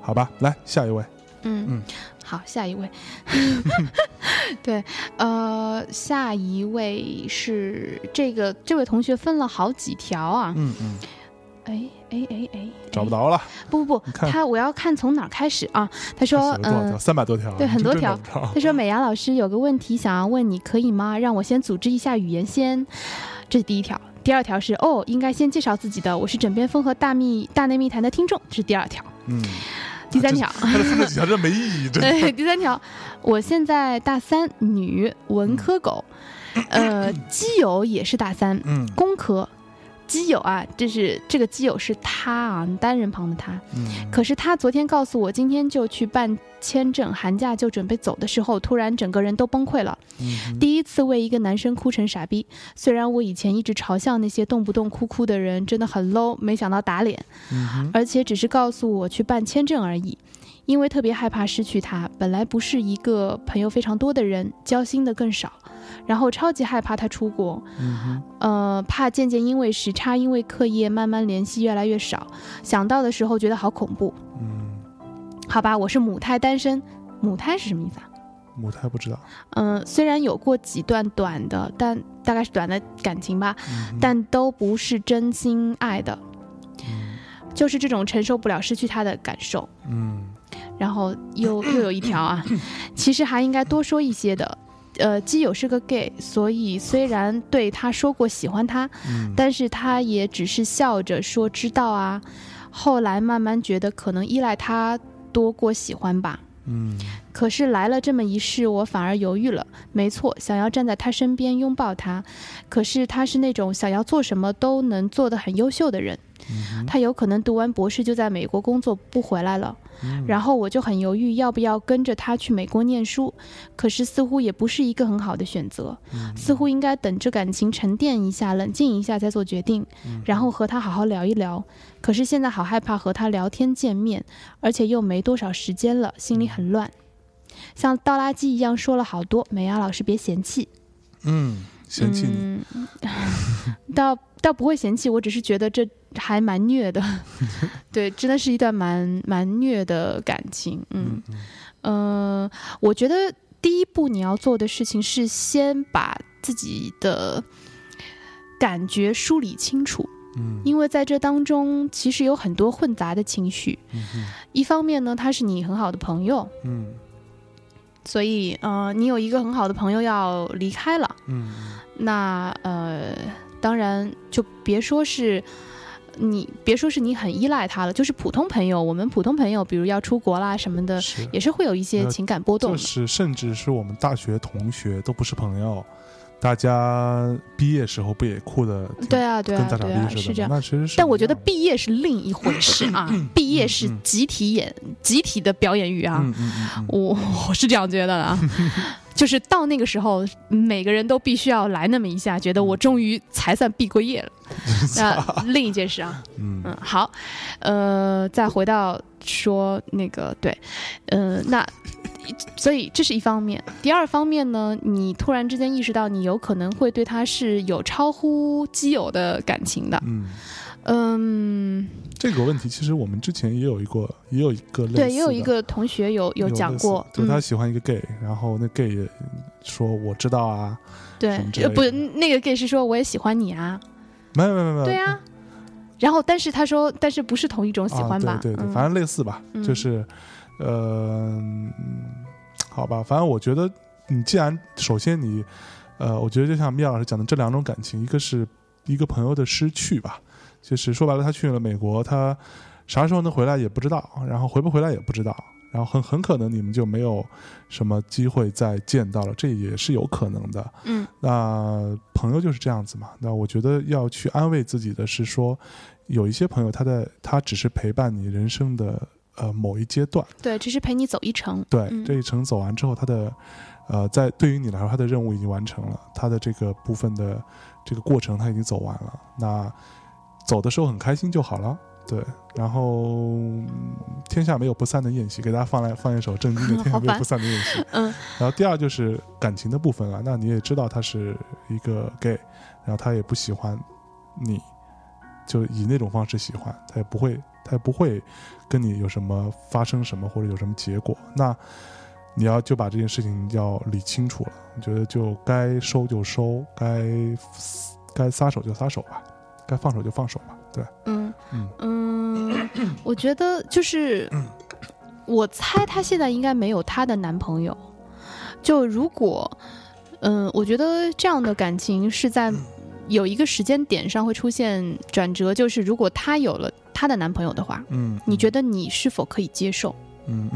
[SPEAKER 2] 好吧？来下一位，
[SPEAKER 1] 嗯
[SPEAKER 2] 嗯
[SPEAKER 1] 好，下一位， 对，呃，下一位是这个这位同学分了好几条啊，
[SPEAKER 2] 嗯嗯，
[SPEAKER 1] 哎哎哎哎，
[SPEAKER 2] 找不
[SPEAKER 1] 哎，
[SPEAKER 2] 着了，
[SPEAKER 1] 不不不，
[SPEAKER 2] 你看
[SPEAKER 1] 他我要看从哪儿开始啊？他说，
[SPEAKER 2] 写了多少
[SPEAKER 1] 嗯
[SPEAKER 2] 条？，三百多条，
[SPEAKER 1] 对
[SPEAKER 2] 你
[SPEAKER 1] 很多
[SPEAKER 2] 真
[SPEAKER 1] 条
[SPEAKER 2] 找不着
[SPEAKER 1] 他说：“美牙老师有个问题想要问你，可以吗？让我先组织一下语言先。”这是第一条。第二条是哦，应该先介绍自己的，我是枕边风和大密大内密谈的听众，这是第二条。
[SPEAKER 2] 嗯，
[SPEAKER 1] 第三条，
[SPEAKER 2] 他这分了几条真没意义，真的。
[SPEAKER 1] 对，第三条，我现在大三，女，文科狗，呃，基友也是大三，
[SPEAKER 2] 嗯
[SPEAKER 1] 工科。基友啊，这是这个基友是他啊，单人旁的他。
[SPEAKER 2] 嗯，
[SPEAKER 1] 可是他昨天告诉我，今天就去办签证，寒假就准备走的时候，突然整个人都崩溃了。
[SPEAKER 2] 嗯
[SPEAKER 1] 第一次为一个男生哭成傻逼，虽然我以前一直嘲笑那些动不动哭哭的人真的很 low，没想到打脸，
[SPEAKER 2] 嗯哼
[SPEAKER 1] 而且只是告诉我去办签证而已。因为特别害怕失去他，本来不是一个朋友非常多的人，交心的更少，然后超级害怕他出国，
[SPEAKER 2] 嗯哼
[SPEAKER 1] 呃，怕渐渐因为时差，因为课业慢慢联系越来越少，想到的时候觉得好恐怖。
[SPEAKER 2] 嗯，
[SPEAKER 1] 好吧，我是母胎单身，母胎是什么意思啊？
[SPEAKER 2] 母胎不知道，
[SPEAKER 1] 嗯，虽然有过几段短的，但大概是短的感情吧，
[SPEAKER 2] 嗯哼
[SPEAKER 1] 但都不是真心爱的，
[SPEAKER 2] 嗯
[SPEAKER 1] 就是这种承受不了失去他的感受。
[SPEAKER 2] 嗯
[SPEAKER 1] 然后又又有一条啊，其实还应该多说一些的。呃，基友是个 gay，所以虽然对他说过喜欢他，
[SPEAKER 2] 嗯，
[SPEAKER 1] 但是他也只是笑着说知道啊。后来慢慢觉得可能依赖他多过喜欢吧。
[SPEAKER 2] 嗯
[SPEAKER 1] 可是来了这么一世，我反而犹豫了。没错，想要站在他身边拥抱他，可是他是那种想要做什么都能做得很优秀的人。
[SPEAKER 2] 嗯哼
[SPEAKER 1] 他有可能读完博士就在美国工作不回来了，
[SPEAKER 2] 嗯
[SPEAKER 1] 然后我就很犹豫要不要跟着他去美国念书，可是似乎也不是一个很好的选择，
[SPEAKER 2] 嗯
[SPEAKER 1] 似乎应该等这感情沉淀一下、冷静一下再做决定，
[SPEAKER 2] 嗯
[SPEAKER 1] 然后和他好好聊一聊。可是现在好害怕和他聊天见面，而且又没多少时间了，心里很乱。像倒垃圾一样说了好多，美牙老师别嫌弃，
[SPEAKER 2] 嗯，嫌弃你，
[SPEAKER 1] 嗯， 倒倒不会嫌弃，我只是觉得这还蛮虐 的，对，真的是一段蛮蛮虐的感情，嗯
[SPEAKER 2] 嗯嗯
[SPEAKER 1] 嗯、呃我觉得第一步你要做的事情是先把自己的感觉梳理清楚，
[SPEAKER 2] 嗯，
[SPEAKER 1] 因为在这当中其实有很多混杂的情绪，
[SPEAKER 2] 嗯哼
[SPEAKER 1] 一方面呢，他是你很好的朋友，
[SPEAKER 2] 嗯
[SPEAKER 1] 所以呃，你有一个很好的朋友要离开了。
[SPEAKER 2] 嗯
[SPEAKER 1] 那呃，当然就别说是你，别说是你很依赖他了，就是普通朋友，我们普通朋友，比如要出国啦什么的，
[SPEAKER 2] 是，
[SPEAKER 1] 也是呃会有一些
[SPEAKER 2] 呃
[SPEAKER 1] 情感波动
[SPEAKER 2] 就
[SPEAKER 1] 的。
[SPEAKER 2] 是甚至是我们大学同学都不是朋友，大家毕业时候不也哭的，
[SPEAKER 1] 对啊，对
[SPEAKER 2] 跟
[SPEAKER 1] 啊，
[SPEAKER 2] 大傻
[SPEAKER 1] 对啊，
[SPEAKER 2] 逼似
[SPEAKER 1] 是
[SPEAKER 2] 的
[SPEAKER 1] 这
[SPEAKER 2] 吗，
[SPEAKER 1] 样。
[SPEAKER 2] 那其实是一样的，
[SPEAKER 1] 但我觉得毕业是另一回事啊，毕业是
[SPEAKER 2] 嗯
[SPEAKER 1] 集体演、集体的表演欲啊。
[SPEAKER 2] 嗯嗯嗯嗯
[SPEAKER 1] 我 我是这样觉得的啊， 就是到那个时候，每个人都必须要来那么一下，觉得我终于才算毕过 业了。那另一件事啊，
[SPEAKER 2] 嗯
[SPEAKER 1] 嗯，好，呃，再回到说那个对，呃，那所以这是一方面。第二方面呢，你突然之间意识到你有可能会对他是有超乎基友的感情的，
[SPEAKER 2] 嗯，
[SPEAKER 1] 嗯，
[SPEAKER 2] 这个问题其实我们之前也有一个，也有一个类似的，
[SPEAKER 1] 对，也有一个同学有有讲
[SPEAKER 2] 类似
[SPEAKER 1] 过，
[SPEAKER 2] 就是他
[SPEAKER 1] 嗯、
[SPEAKER 2] 喜欢一个 gay，然后那 gay 也说我知道啊，
[SPEAKER 1] 对
[SPEAKER 2] 什么之，
[SPEAKER 1] 呃
[SPEAKER 2] 类
[SPEAKER 1] 不
[SPEAKER 2] 的，
[SPEAKER 1] 那个 gay 是说我也喜欢你啊，
[SPEAKER 2] 没有没有没有，
[SPEAKER 1] 对啊。然后，但是他说，但是不是同一种喜欢吧？
[SPEAKER 2] 嗯啊、对对对，
[SPEAKER 1] 嗯
[SPEAKER 2] 反正类似吧，
[SPEAKER 1] 嗯
[SPEAKER 2] 就是，呃，嗯好吧，反正我觉得你既然首先你，呃，我觉得就像米娅老师讲的这两种感情，一个是一个朋友的失去吧，就是说白了，他去了美国，他啥时候能回来也不知道，然后回不回来也不知道。然后很很可能你们就没有什么机会再见到了，这也是有可能的。
[SPEAKER 1] 嗯
[SPEAKER 2] 那朋友就是这样子嘛。那我觉得要去安慰自己的是说，有一些朋友他在他只是陪伴你人生的呃某一阶段，
[SPEAKER 1] 对，只是陪你走一程。
[SPEAKER 2] 对、
[SPEAKER 1] 嗯
[SPEAKER 2] 这一程走完之后，他的呃在对于你来说，他的任务已经完成了，他的这个部分的这个过程他已经走完了。那走的时候很开心就好了。对，然后嗯天下没有不散的宴席，给大家放来放一首郑钧 的《天下
[SPEAKER 1] 好
[SPEAKER 2] 没有
[SPEAKER 1] 烦
[SPEAKER 2] 不散的宴席》。
[SPEAKER 1] 嗯，
[SPEAKER 2] 然后第二就是感情的部分啊了，那你也知道他是一个 gay，然后他也不喜欢你，就以那种方式喜欢，他也不会，他也不会跟你有什么发生什么或者有什么结果。那你要就把这件事情要理清楚了，我觉得就该收就收，该该撒手就撒手吧，该放手就放手吧，对，
[SPEAKER 1] 嗯
[SPEAKER 2] 嗯
[SPEAKER 1] 嗯， 我觉得 就是，我猜她现在应该没有她的男朋友。就如果，嗯，我觉得这样的感情是在
[SPEAKER 2] 嗯
[SPEAKER 1] 有一个时间点上会出现转折，就是如果她有了她的男朋友的话，
[SPEAKER 2] 嗯，
[SPEAKER 1] 你觉得你是否可以接受？
[SPEAKER 2] 嗯，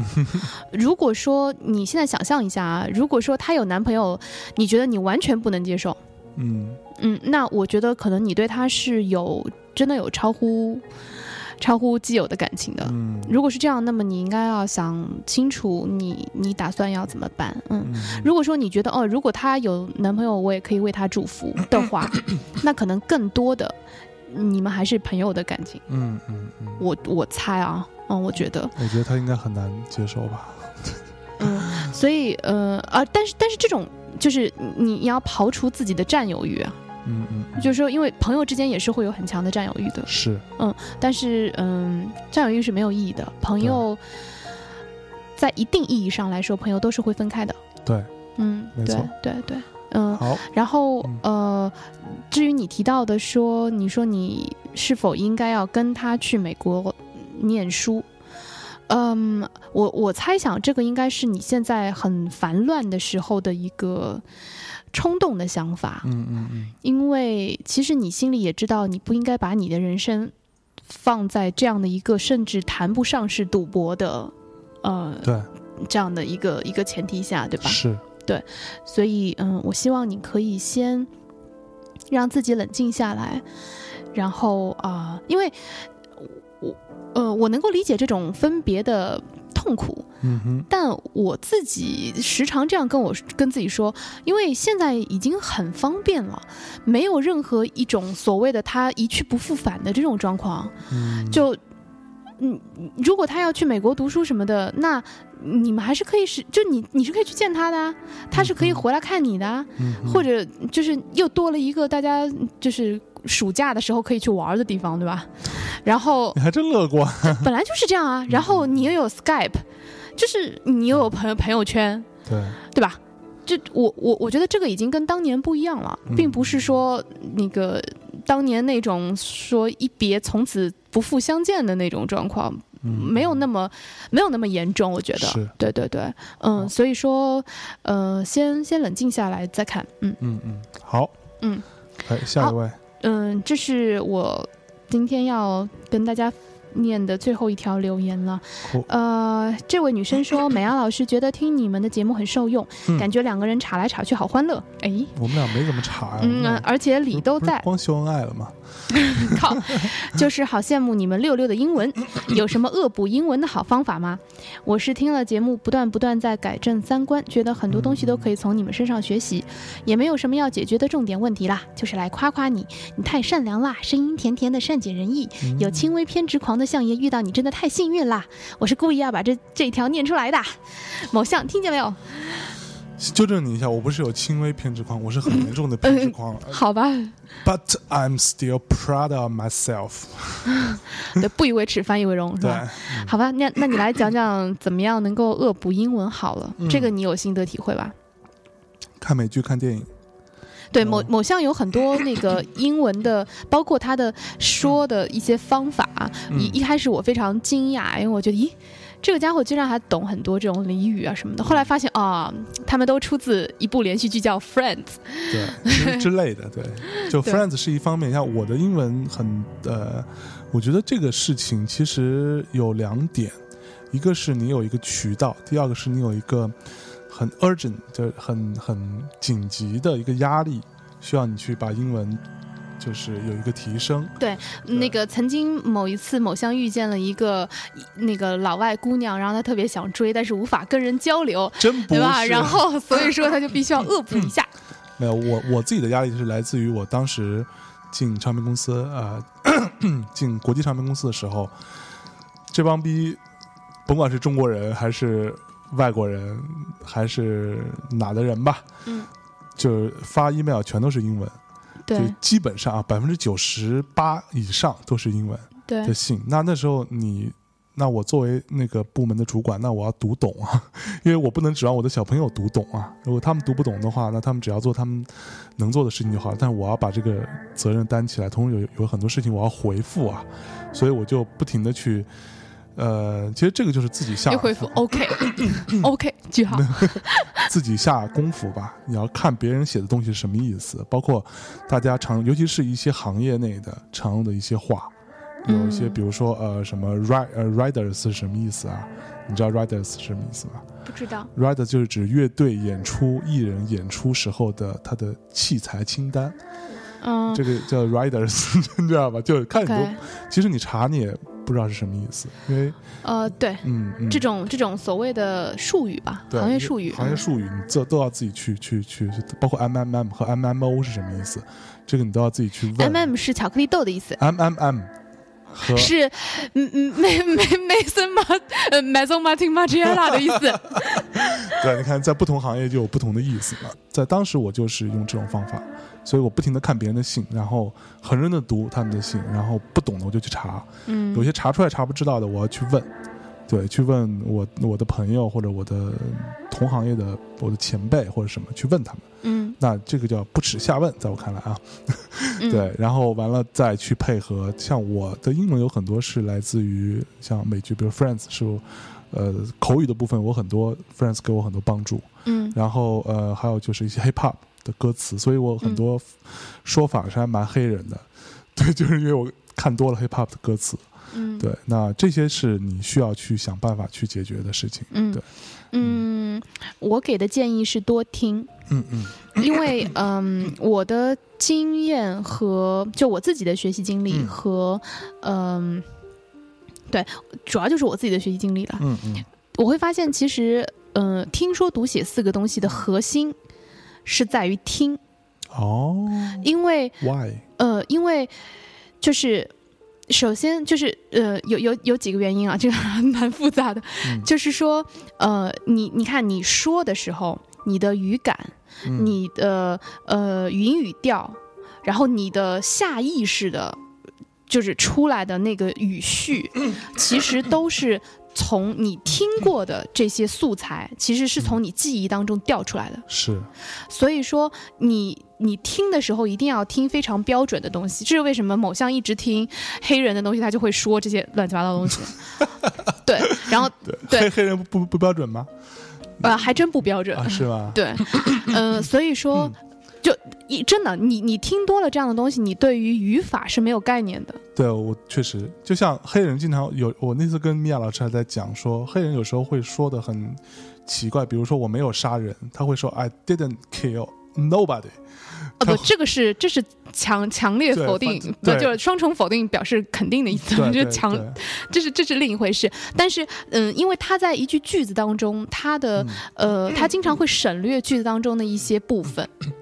[SPEAKER 1] 如果说你现在想象一下啊，如果说她有男朋友，你觉得你完全不能接受，
[SPEAKER 2] 嗯
[SPEAKER 1] 嗯，那我觉得可能你对她是有真的有超乎超乎基友的感情的。
[SPEAKER 2] 嗯
[SPEAKER 1] 如果是这样，那么你应该要想清楚你你打算要怎么办。嗯，
[SPEAKER 2] 嗯，
[SPEAKER 1] 如果说你觉得哦，如果她有男朋友，我也可以为她祝福的话，那可能更多的你们还是朋友的感情。
[SPEAKER 2] 嗯嗯嗯，
[SPEAKER 1] 我我猜啊，嗯，我觉得，
[SPEAKER 2] 我觉得他应该很难接受吧，
[SPEAKER 1] 嗯，所以呃啊，但是但是这种就是你你要刨除自己的占有欲啊，
[SPEAKER 2] 嗯嗯，嗯
[SPEAKER 1] 就是说，因为朋友之间也是会有很强的占有欲的，
[SPEAKER 2] 是，
[SPEAKER 1] 但是嗯，占有欲是没有意义的。朋友在一定意义上来说，朋友都是会分开的。
[SPEAKER 2] 对，
[SPEAKER 1] 嗯，
[SPEAKER 2] 没
[SPEAKER 1] 对
[SPEAKER 2] 错
[SPEAKER 1] 对对，嗯。
[SPEAKER 2] 好，
[SPEAKER 1] 然后
[SPEAKER 2] 嗯
[SPEAKER 1] 呃，至于你提到的说，你说你是否应该要跟他去美国念书？嗯，我我猜想这个应该是你现在很烦乱的时候的一个冲动的想法。
[SPEAKER 2] 嗯嗯嗯，
[SPEAKER 1] 因为其实你心里也知道，你不应该把你的人生放在这样的一个甚至谈不上是赌博的，呃，
[SPEAKER 2] 对，
[SPEAKER 1] 这样的一个一个前提下，对吧？
[SPEAKER 2] 是，
[SPEAKER 1] 所以，嗯，我希望你可以先让自己冷静下来，然后啊、因为我呃，我能够理解这种分别的痛苦，
[SPEAKER 2] 嗯哼，
[SPEAKER 1] 但我自己时常这样跟我跟自己说，因为现在已经很方便了，没有任何一种所谓的他一去不复返的这种状况。
[SPEAKER 2] 嗯，
[SPEAKER 1] 就，嗯，如果他要去美国读书什么的，那你们还是可以是，就你你是可以去见他的、啊，他是可以回来看你的、啊，
[SPEAKER 2] 嗯哼
[SPEAKER 1] 或者就是又多了一个大家就是暑假的时候可以去玩儿的地方，对吧？然后
[SPEAKER 2] 你还真乐观，
[SPEAKER 1] 本来就是这样啊。然后你又有 Skype，就是你又有朋友朋友圈，
[SPEAKER 2] 对，
[SPEAKER 1] 对吧？这我我我觉得这个已经跟当年不一样了，
[SPEAKER 2] 嗯
[SPEAKER 1] 并不是说那个当年那种说一别从此不复相见的那种状况，没有那
[SPEAKER 2] 么
[SPEAKER 1] 么没有那么严重，我觉得。
[SPEAKER 2] 是，哦
[SPEAKER 1] 对对对，
[SPEAKER 2] 好
[SPEAKER 1] 嗯，所以说，呃，先先冷静下来再看，嗯
[SPEAKER 2] 嗯嗯，好，
[SPEAKER 1] 嗯，
[SPEAKER 2] 哎，下一位，
[SPEAKER 1] 嗯，这是我今天要跟大家念的最后一条留言了。
[SPEAKER 2] 酷
[SPEAKER 1] 呃，这位女生说，美 亚老师觉得听你们的节目很受用，
[SPEAKER 2] 嗯
[SPEAKER 1] 感觉两个人吵来吵去好欢乐。哎，
[SPEAKER 2] 我们俩没怎么查呀，我
[SPEAKER 1] 嗯，
[SPEAKER 2] 们俩
[SPEAKER 1] 呃而且
[SPEAKER 2] 不是
[SPEAKER 1] 理都
[SPEAKER 2] 不是
[SPEAKER 1] 在，
[SPEAKER 2] 光秀恩爱了嘛，
[SPEAKER 1] 靠，就是好羡慕你们六六的 英文，有什么恶补英文的好方法吗？我是听了节目，不断不断在改正三观，觉得很多东西都可以从你们身上学习，也没有什么要解决的重点问题啦，就是来夸夸你，你太善良啦，声音甜甜的，善解人意，
[SPEAKER 2] 嗯
[SPEAKER 1] 有轻微偏执狂的相爷遇到你真的太幸运啦！我是故意要把这这一条念出来的，某项听见没有？
[SPEAKER 2] 纠正你一下，我不是有轻微偏执狂，我是很严重的偏执狂了
[SPEAKER 1] 好吧，
[SPEAKER 2] ，But I'm still proud of myself，
[SPEAKER 1] 对，不以为耻，反以为荣，是
[SPEAKER 2] 对，
[SPEAKER 1] 吧？好吧，那那你来讲讲怎么样能够恶补英文好了，
[SPEAKER 2] 嗯
[SPEAKER 1] 这个你有心得体会吧？
[SPEAKER 2] 看美剧看电影，
[SPEAKER 1] 对，
[SPEAKER 2] 嗯
[SPEAKER 1] 某某项有很多那个英文的，包括他的
[SPEAKER 2] 嗯
[SPEAKER 1] 说的一些方法，啊一、一开始我非常惊讶，因为我觉得，咦，这个家伙居然还懂很多这种俚语啊什么的。
[SPEAKER 2] 嗯
[SPEAKER 1] 后来发现啊、他们都出自一部连续剧叫《Friends》，
[SPEAKER 2] 对 之之类的，对，就
[SPEAKER 1] 对
[SPEAKER 2] Friends 是一方面。像我的英文很呃，我觉得这个事情其实有两点，一个是你有一个渠道，第二个是你有一个很 urgent，就是很很紧急的一个压力，需要你去把英文就是有一个提升。
[SPEAKER 1] 那个曾经某一次，某项遇见了一个那个老外姑娘，然后她特别想追，但是无法跟人交流，
[SPEAKER 2] 真不
[SPEAKER 1] 对
[SPEAKER 2] 是，
[SPEAKER 1] 吧？然 后所以说她就必须要恶补一下。
[SPEAKER 2] 没有我我自己的压力就是来自于我当时进唱片公司呃 进国际唱片公司的时候，这帮逼，甭管是中国人还是外国人，还是哪的人吧，
[SPEAKER 1] 嗯，
[SPEAKER 2] 就是发 email 全都是英文，就
[SPEAKER 1] 对
[SPEAKER 2] 基本上啊，百分之九十八以上都是英文
[SPEAKER 1] 对
[SPEAKER 2] 的信。那那时候你。那我作为那个部门的主管，那我要读懂啊，因为我不能指望我的小朋友读懂啊。如果他们读不懂的话，那他们只要做他们能做的事情就好了。但是我要把这个责任担起来，同时有有很多事情我要回复啊，所以我就不停的去，呃，其实这个就是自己下
[SPEAKER 1] 又回复 OK OK 句号，
[SPEAKER 2] 自己下功夫吧。你要看别人写的东西是什么意思，包括大家常，尤其是一些行业内的常用的一些话，有一些
[SPEAKER 1] 嗯
[SPEAKER 2] 比如说呃什么 ri 呃 riders 是什么意思啊？你知道 riders 是什么意思吗
[SPEAKER 1] 不知道
[SPEAKER 2] ？rider 就是指乐队演出艺人演出时候的他的器材清单，
[SPEAKER 1] 嗯
[SPEAKER 2] 这个叫 riders，你 知道吧？就是看你都
[SPEAKER 1] ，OK，
[SPEAKER 2] 其实你查你也不知道是什么意思，因为
[SPEAKER 1] 呃，对，
[SPEAKER 2] 嗯，嗯
[SPEAKER 1] 这种这种所谓的术语吧，
[SPEAKER 2] 对
[SPEAKER 1] 行业术语，嗯
[SPEAKER 2] 行业术语你这都要自己去去去，去包括 M M M 和 M M O 是什么意思，这个你都要自己去问。
[SPEAKER 1] M M 是巧克力豆的意思，
[SPEAKER 2] M M M 和
[SPEAKER 1] 是嗯嗯梅梅梅森马呃梅森马丁马吉拉的意思。
[SPEAKER 2] 对，你看在不同行业就有不同的意思嘛。在当时我就是用这种方法，所以我不停的看别人的信，然后很认真的读他们的信，然后不懂的我就去查，
[SPEAKER 1] 嗯
[SPEAKER 2] 有些查出来查不知道的我要去问。对，去问我我的朋友或者我的同行业的我的前辈或者什么，去问他们。
[SPEAKER 1] 嗯
[SPEAKER 2] 那这个叫不耻下问，在我看来啊，
[SPEAKER 1] 嗯，
[SPEAKER 2] 对，然后完了再去配合。像我的英文有很多是来自于像美剧，比如《Friends》是我，呃，口语的部分我很多《Friends》给我很多帮助。
[SPEAKER 1] 嗯
[SPEAKER 2] 然后呃，还有就是一些 hip hop 的歌词，所以我
[SPEAKER 1] 嗯
[SPEAKER 2] 很多说法是还蛮黑人的。 对，就是因为我看多了 hip hop 的歌词。
[SPEAKER 1] 嗯
[SPEAKER 2] 对，那这些是你需要去想办法去解决的事情。
[SPEAKER 1] 嗯
[SPEAKER 2] 对
[SPEAKER 1] 嗯，我给的建议是多听，
[SPEAKER 2] 嗯嗯
[SPEAKER 1] 因为嗯我的经验和就我自己的学习经历
[SPEAKER 2] 嗯
[SPEAKER 1] 和嗯。对，主要就是我自己的学习经历了。
[SPEAKER 2] 嗯 嗯，
[SPEAKER 1] 我会发现，其实，嗯、听说读写四个东西的核心是在于听，
[SPEAKER 2] 哦
[SPEAKER 1] 因为
[SPEAKER 2] ，why？
[SPEAKER 1] 呃，因为就是首先就是呃，有有有几个原因啊，这个 蛮复杂的，
[SPEAKER 2] 嗯
[SPEAKER 1] 就是说呃，你你看你说的时候，你的语感，
[SPEAKER 2] 嗯
[SPEAKER 1] 你的呃语音语调，然后你的下意识的，就是出来的那个语序，其实都是。从你听过的这些素材，其实是从你记忆当中调出来的。
[SPEAKER 2] 是
[SPEAKER 1] 所以说你你听的时候一定要听非常标准的东西，这是为什么某项一直听黑人的东西，他就会说这些乱七八糟的东西。对，然后对
[SPEAKER 2] 黑黑人不不不标准吗？
[SPEAKER 1] 呃还真不标准，
[SPEAKER 2] 啊，是吗？
[SPEAKER 1] 对，呃，所以说。
[SPEAKER 2] 嗯
[SPEAKER 1] 就一真的，你你听多了这样的东西，你对于语法是没有概念的。
[SPEAKER 2] 对我确实，就像黑人经常有，我那次跟米娅老师还在讲说，黑人有时候会说的很奇怪，比如说我没有杀人，他会说 I didn't kill nobody，
[SPEAKER 1] 啊，
[SPEAKER 2] 他
[SPEAKER 1] 不，这个是这是强强烈
[SPEAKER 2] 对
[SPEAKER 1] 否
[SPEAKER 2] 反
[SPEAKER 1] 定，不
[SPEAKER 2] 对
[SPEAKER 1] 就是双重否定表示肯定的意思
[SPEAKER 2] 对，
[SPEAKER 1] 这
[SPEAKER 2] 对
[SPEAKER 1] 是强
[SPEAKER 2] 对
[SPEAKER 1] 这是这是另一回事。但是，嗯，因为他在一句句子当中，他
[SPEAKER 2] 嗯
[SPEAKER 1] 的、呃，他经常会省略句子当中的一些部分。
[SPEAKER 2] 嗯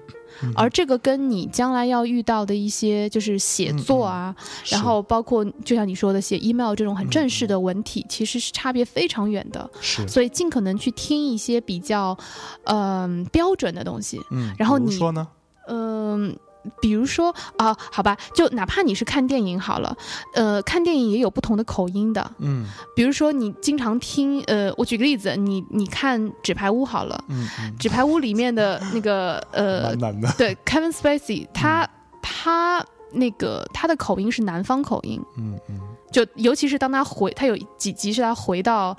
[SPEAKER 1] 而这个跟你将来要遇到的一些就是
[SPEAKER 2] 嗯
[SPEAKER 1] 写作啊，然后包括就像你说的写 email 这种很正
[SPEAKER 2] 嗯
[SPEAKER 1] 式的文体，其实是差别非常远的。
[SPEAKER 2] 是，是
[SPEAKER 1] 所以尽可能去听一些比较，嗯、标准的东西。
[SPEAKER 2] 嗯，
[SPEAKER 1] 然后
[SPEAKER 2] 比如
[SPEAKER 1] 你
[SPEAKER 2] 说呢？
[SPEAKER 1] 嗯，比如说啊，好吧，就哪怕你是看电影好了，呃，看电影也有不同的口音的。
[SPEAKER 2] 嗯
[SPEAKER 1] 比如说你经常听，呃，我举个例子，你你看《纸牌屋》好了，
[SPEAKER 2] 嗯嗯
[SPEAKER 1] 《，纸牌屋》里面的那个呃
[SPEAKER 2] 蛮，难的，
[SPEAKER 1] 对 Kevin
[SPEAKER 2] 嗯
[SPEAKER 1] Spacey，他、他那个他的口音是南方口音，
[SPEAKER 2] 嗯嗯，
[SPEAKER 1] 就尤其是当他回，他有几集是他回到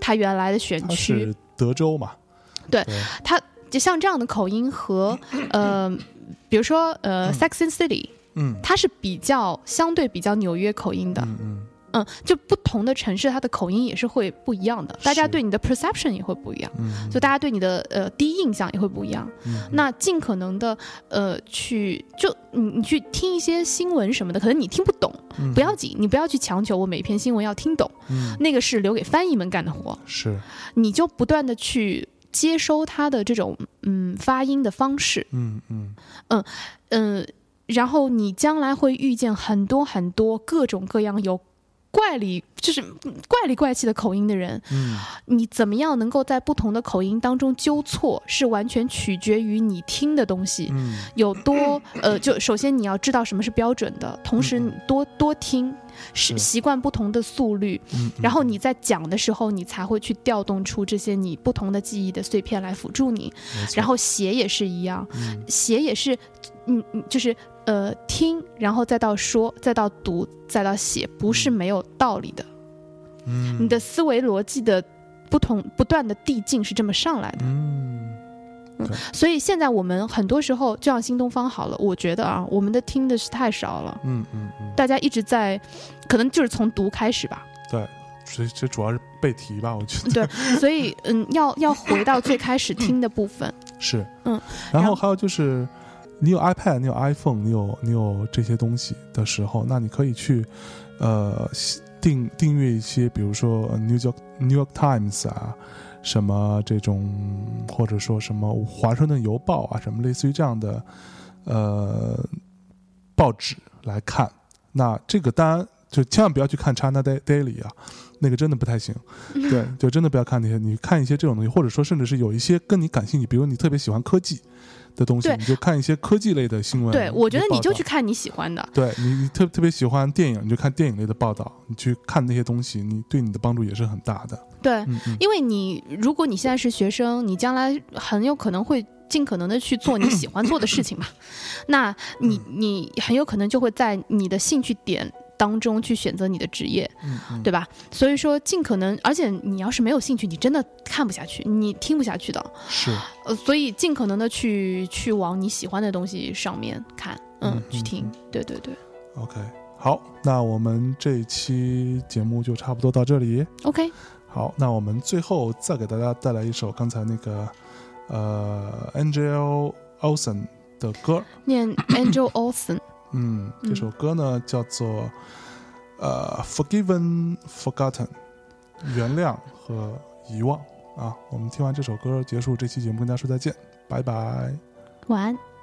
[SPEAKER 1] 他原来的选
[SPEAKER 2] 他
[SPEAKER 1] 区，
[SPEAKER 2] 是德州嘛？
[SPEAKER 1] 对就像这样的口音 和呃，比如说呃，
[SPEAKER 2] 嗯
[SPEAKER 1] Sex and City》。
[SPEAKER 2] 嗯
[SPEAKER 1] 它是比较相对比较纽约口音的，
[SPEAKER 2] 嗯嗯，
[SPEAKER 1] 嗯，就不同的城市，它的口音也是会不一样的，大家
[SPEAKER 2] 是
[SPEAKER 1] 对你的 perception 也会不一样，
[SPEAKER 2] 嗯，
[SPEAKER 1] 所以大家对你的呃第一印象也会不一样。
[SPEAKER 2] 嗯
[SPEAKER 1] 那尽可能的呃去就你你去听一些新闻什么的，可能你听不懂，
[SPEAKER 2] 嗯
[SPEAKER 1] 不要，紧，你不要去强求我每篇新闻要听懂，
[SPEAKER 2] 嗯嗯，
[SPEAKER 1] 那个是留给翻译们干的活，
[SPEAKER 2] 是，
[SPEAKER 1] 你就不断的去。接收它的这种嗯发音的方式，
[SPEAKER 2] 嗯嗯
[SPEAKER 1] 嗯，然后你将来会遇见很多很多各种各样有怪里就是嗯怪里怪气的口音的人，
[SPEAKER 2] 嗯，
[SPEAKER 1] 你怎么样能够在不同的口音当中纠错，是完全取决于你听的东西。
[SPEAKER 2] 嗯
[SPEAKER 1] 有多呃，就首先你要知道什么是标准的，同时
[SPEAKER 2] 嗯
[SPEAKER 1] 你多多听，是
[SPEAKER 2] 是
[SPEAKER 1] 习惯不同的速率，
[SPEAKER 2] 嗯，
[SPEAKER 1] 然后
[SPEAKER 2] 嗯
[SPEAKER 1] 你在讲的时候，你才会去调动出这些你不同的记忆的碎片来辅助你。
[SPEAKER 2] 嗯没错
[SPEAKER 1] 然后写也是一样，
[SPEAKER 2] 嗯
[SPEAKER 1] 写也是，嗯，嗯就是呃听，然后再到说，再到读，再到写，不是
[SPEAKER 2] 嗯
[SPEAKER 1] 没有道理的。
[SPEAKER 2] 嗯
[SPEAKER 1] 你的思维逻辑的不同不断的递进是这么上来的。
[SPEAKER 2] 嗯
[SPEAKER 1] 所以现在我们很多时候，就像新东方好了，我觉得啊，我们的听的是太少了，
[SPEAKER 2] 嗯嗯嗯，
[SPEAKER 1] 大家一直在，可能就是从读开始 吧。
[SPEAKER 2] 这这主要是背题吧，我觉得
[SPEAKER 1] 对，所以嗯，要要回到最开始听的部 分。
[SPEAKER 2] 是
[SPEAKER 1] 嗯，
[SPEAKER 2] 然
[SPEAKER 1] 然后
[SPEAKER 2] 后还有就是，你有 iPad，你有 iPhone，你有你有这些东西的时候，那你可以去呃西订订阅一些，比如说呃 New York New York Times 啊，什么这种，或者说什么华盛顿邮报啊，什么类似于这样的呃报纸来看。那这个当然就千万不要去看 China Day- Daily 啊，那个真的不太行。
[SPEAKER 1] 嗯
[SPEAKER 2] 对，就真的不要看那些，你看一些这种东西，或者说甚至是有一些跟你感兴趣，比如你特别喜欢科技的东西，
[SPEAKER 1] 对
[SPEAKER 2] 你就看一些科技类的新闻。
[SPEAKER 1] 对，我觉得你
[SPEAKER 2] 报
[SPEAKER 1] 就
[SPEAKER 2] 道
[SPEAKER 1] 去。看你喜欢的。
[SPEAKER 2] 对你，你特特别喜欢电影，你就看电影类的报道，你去看那些东西，你对你的帮助也是很大的。
[SPEAKER 1] 对，
[SPEAKER 2] 嗯嗯，
[SPEAKER 1] 因为你如果你现在是学生，你将来很有可能会尽可能的去做你喜欢做的事 情嘛。那你
[SPEAKER 2] 嗯
[SPEAKER 1] 你很有可能就会在你的兴趣点当中去选择你的职业。
[SPEAKER 2] 嗯嗯
[SPEAKER 1] 对吧？所以说，尽可能，而且你要是没有兴趣，你真的看不下去，你听不下去的。
[SPEAKER 2] 是，
[SPEAKER 1] 呃，所以尽可能的去去往你喜欢的东西上面看，嗯，
[SPEAKER 2] 嗯
[SPEAKER 1] 去
[SPEAKER 2] 嗯
[SPEAKER 1] 听
[SPEAKER 2] 嗯，
[SPEAKER 1] 对对对
[SPEAKER 2] OK，好，那我们这一期节目就差不多到这里。
[SPEAKER 1] ，OK，
[SPEAKER 2] 好，那我们最后再给大家带来一首刚才那个呃 Angel Olsen 的歌。
[SPEAKER 1] 念 Angel Olsen，
[SPEAKER 2] 嗯，
[SPEAKER 1] 嗯
[SPEAKER 2] 这首歌呢叫做呃《Forgiven Forgotten》，原谅和遗忘啊。我们听完这首歌结束这期节目，跟大家说再见，拜拜。
[SPEAKER 1] 晚安。
[SPEAKER 3] oh,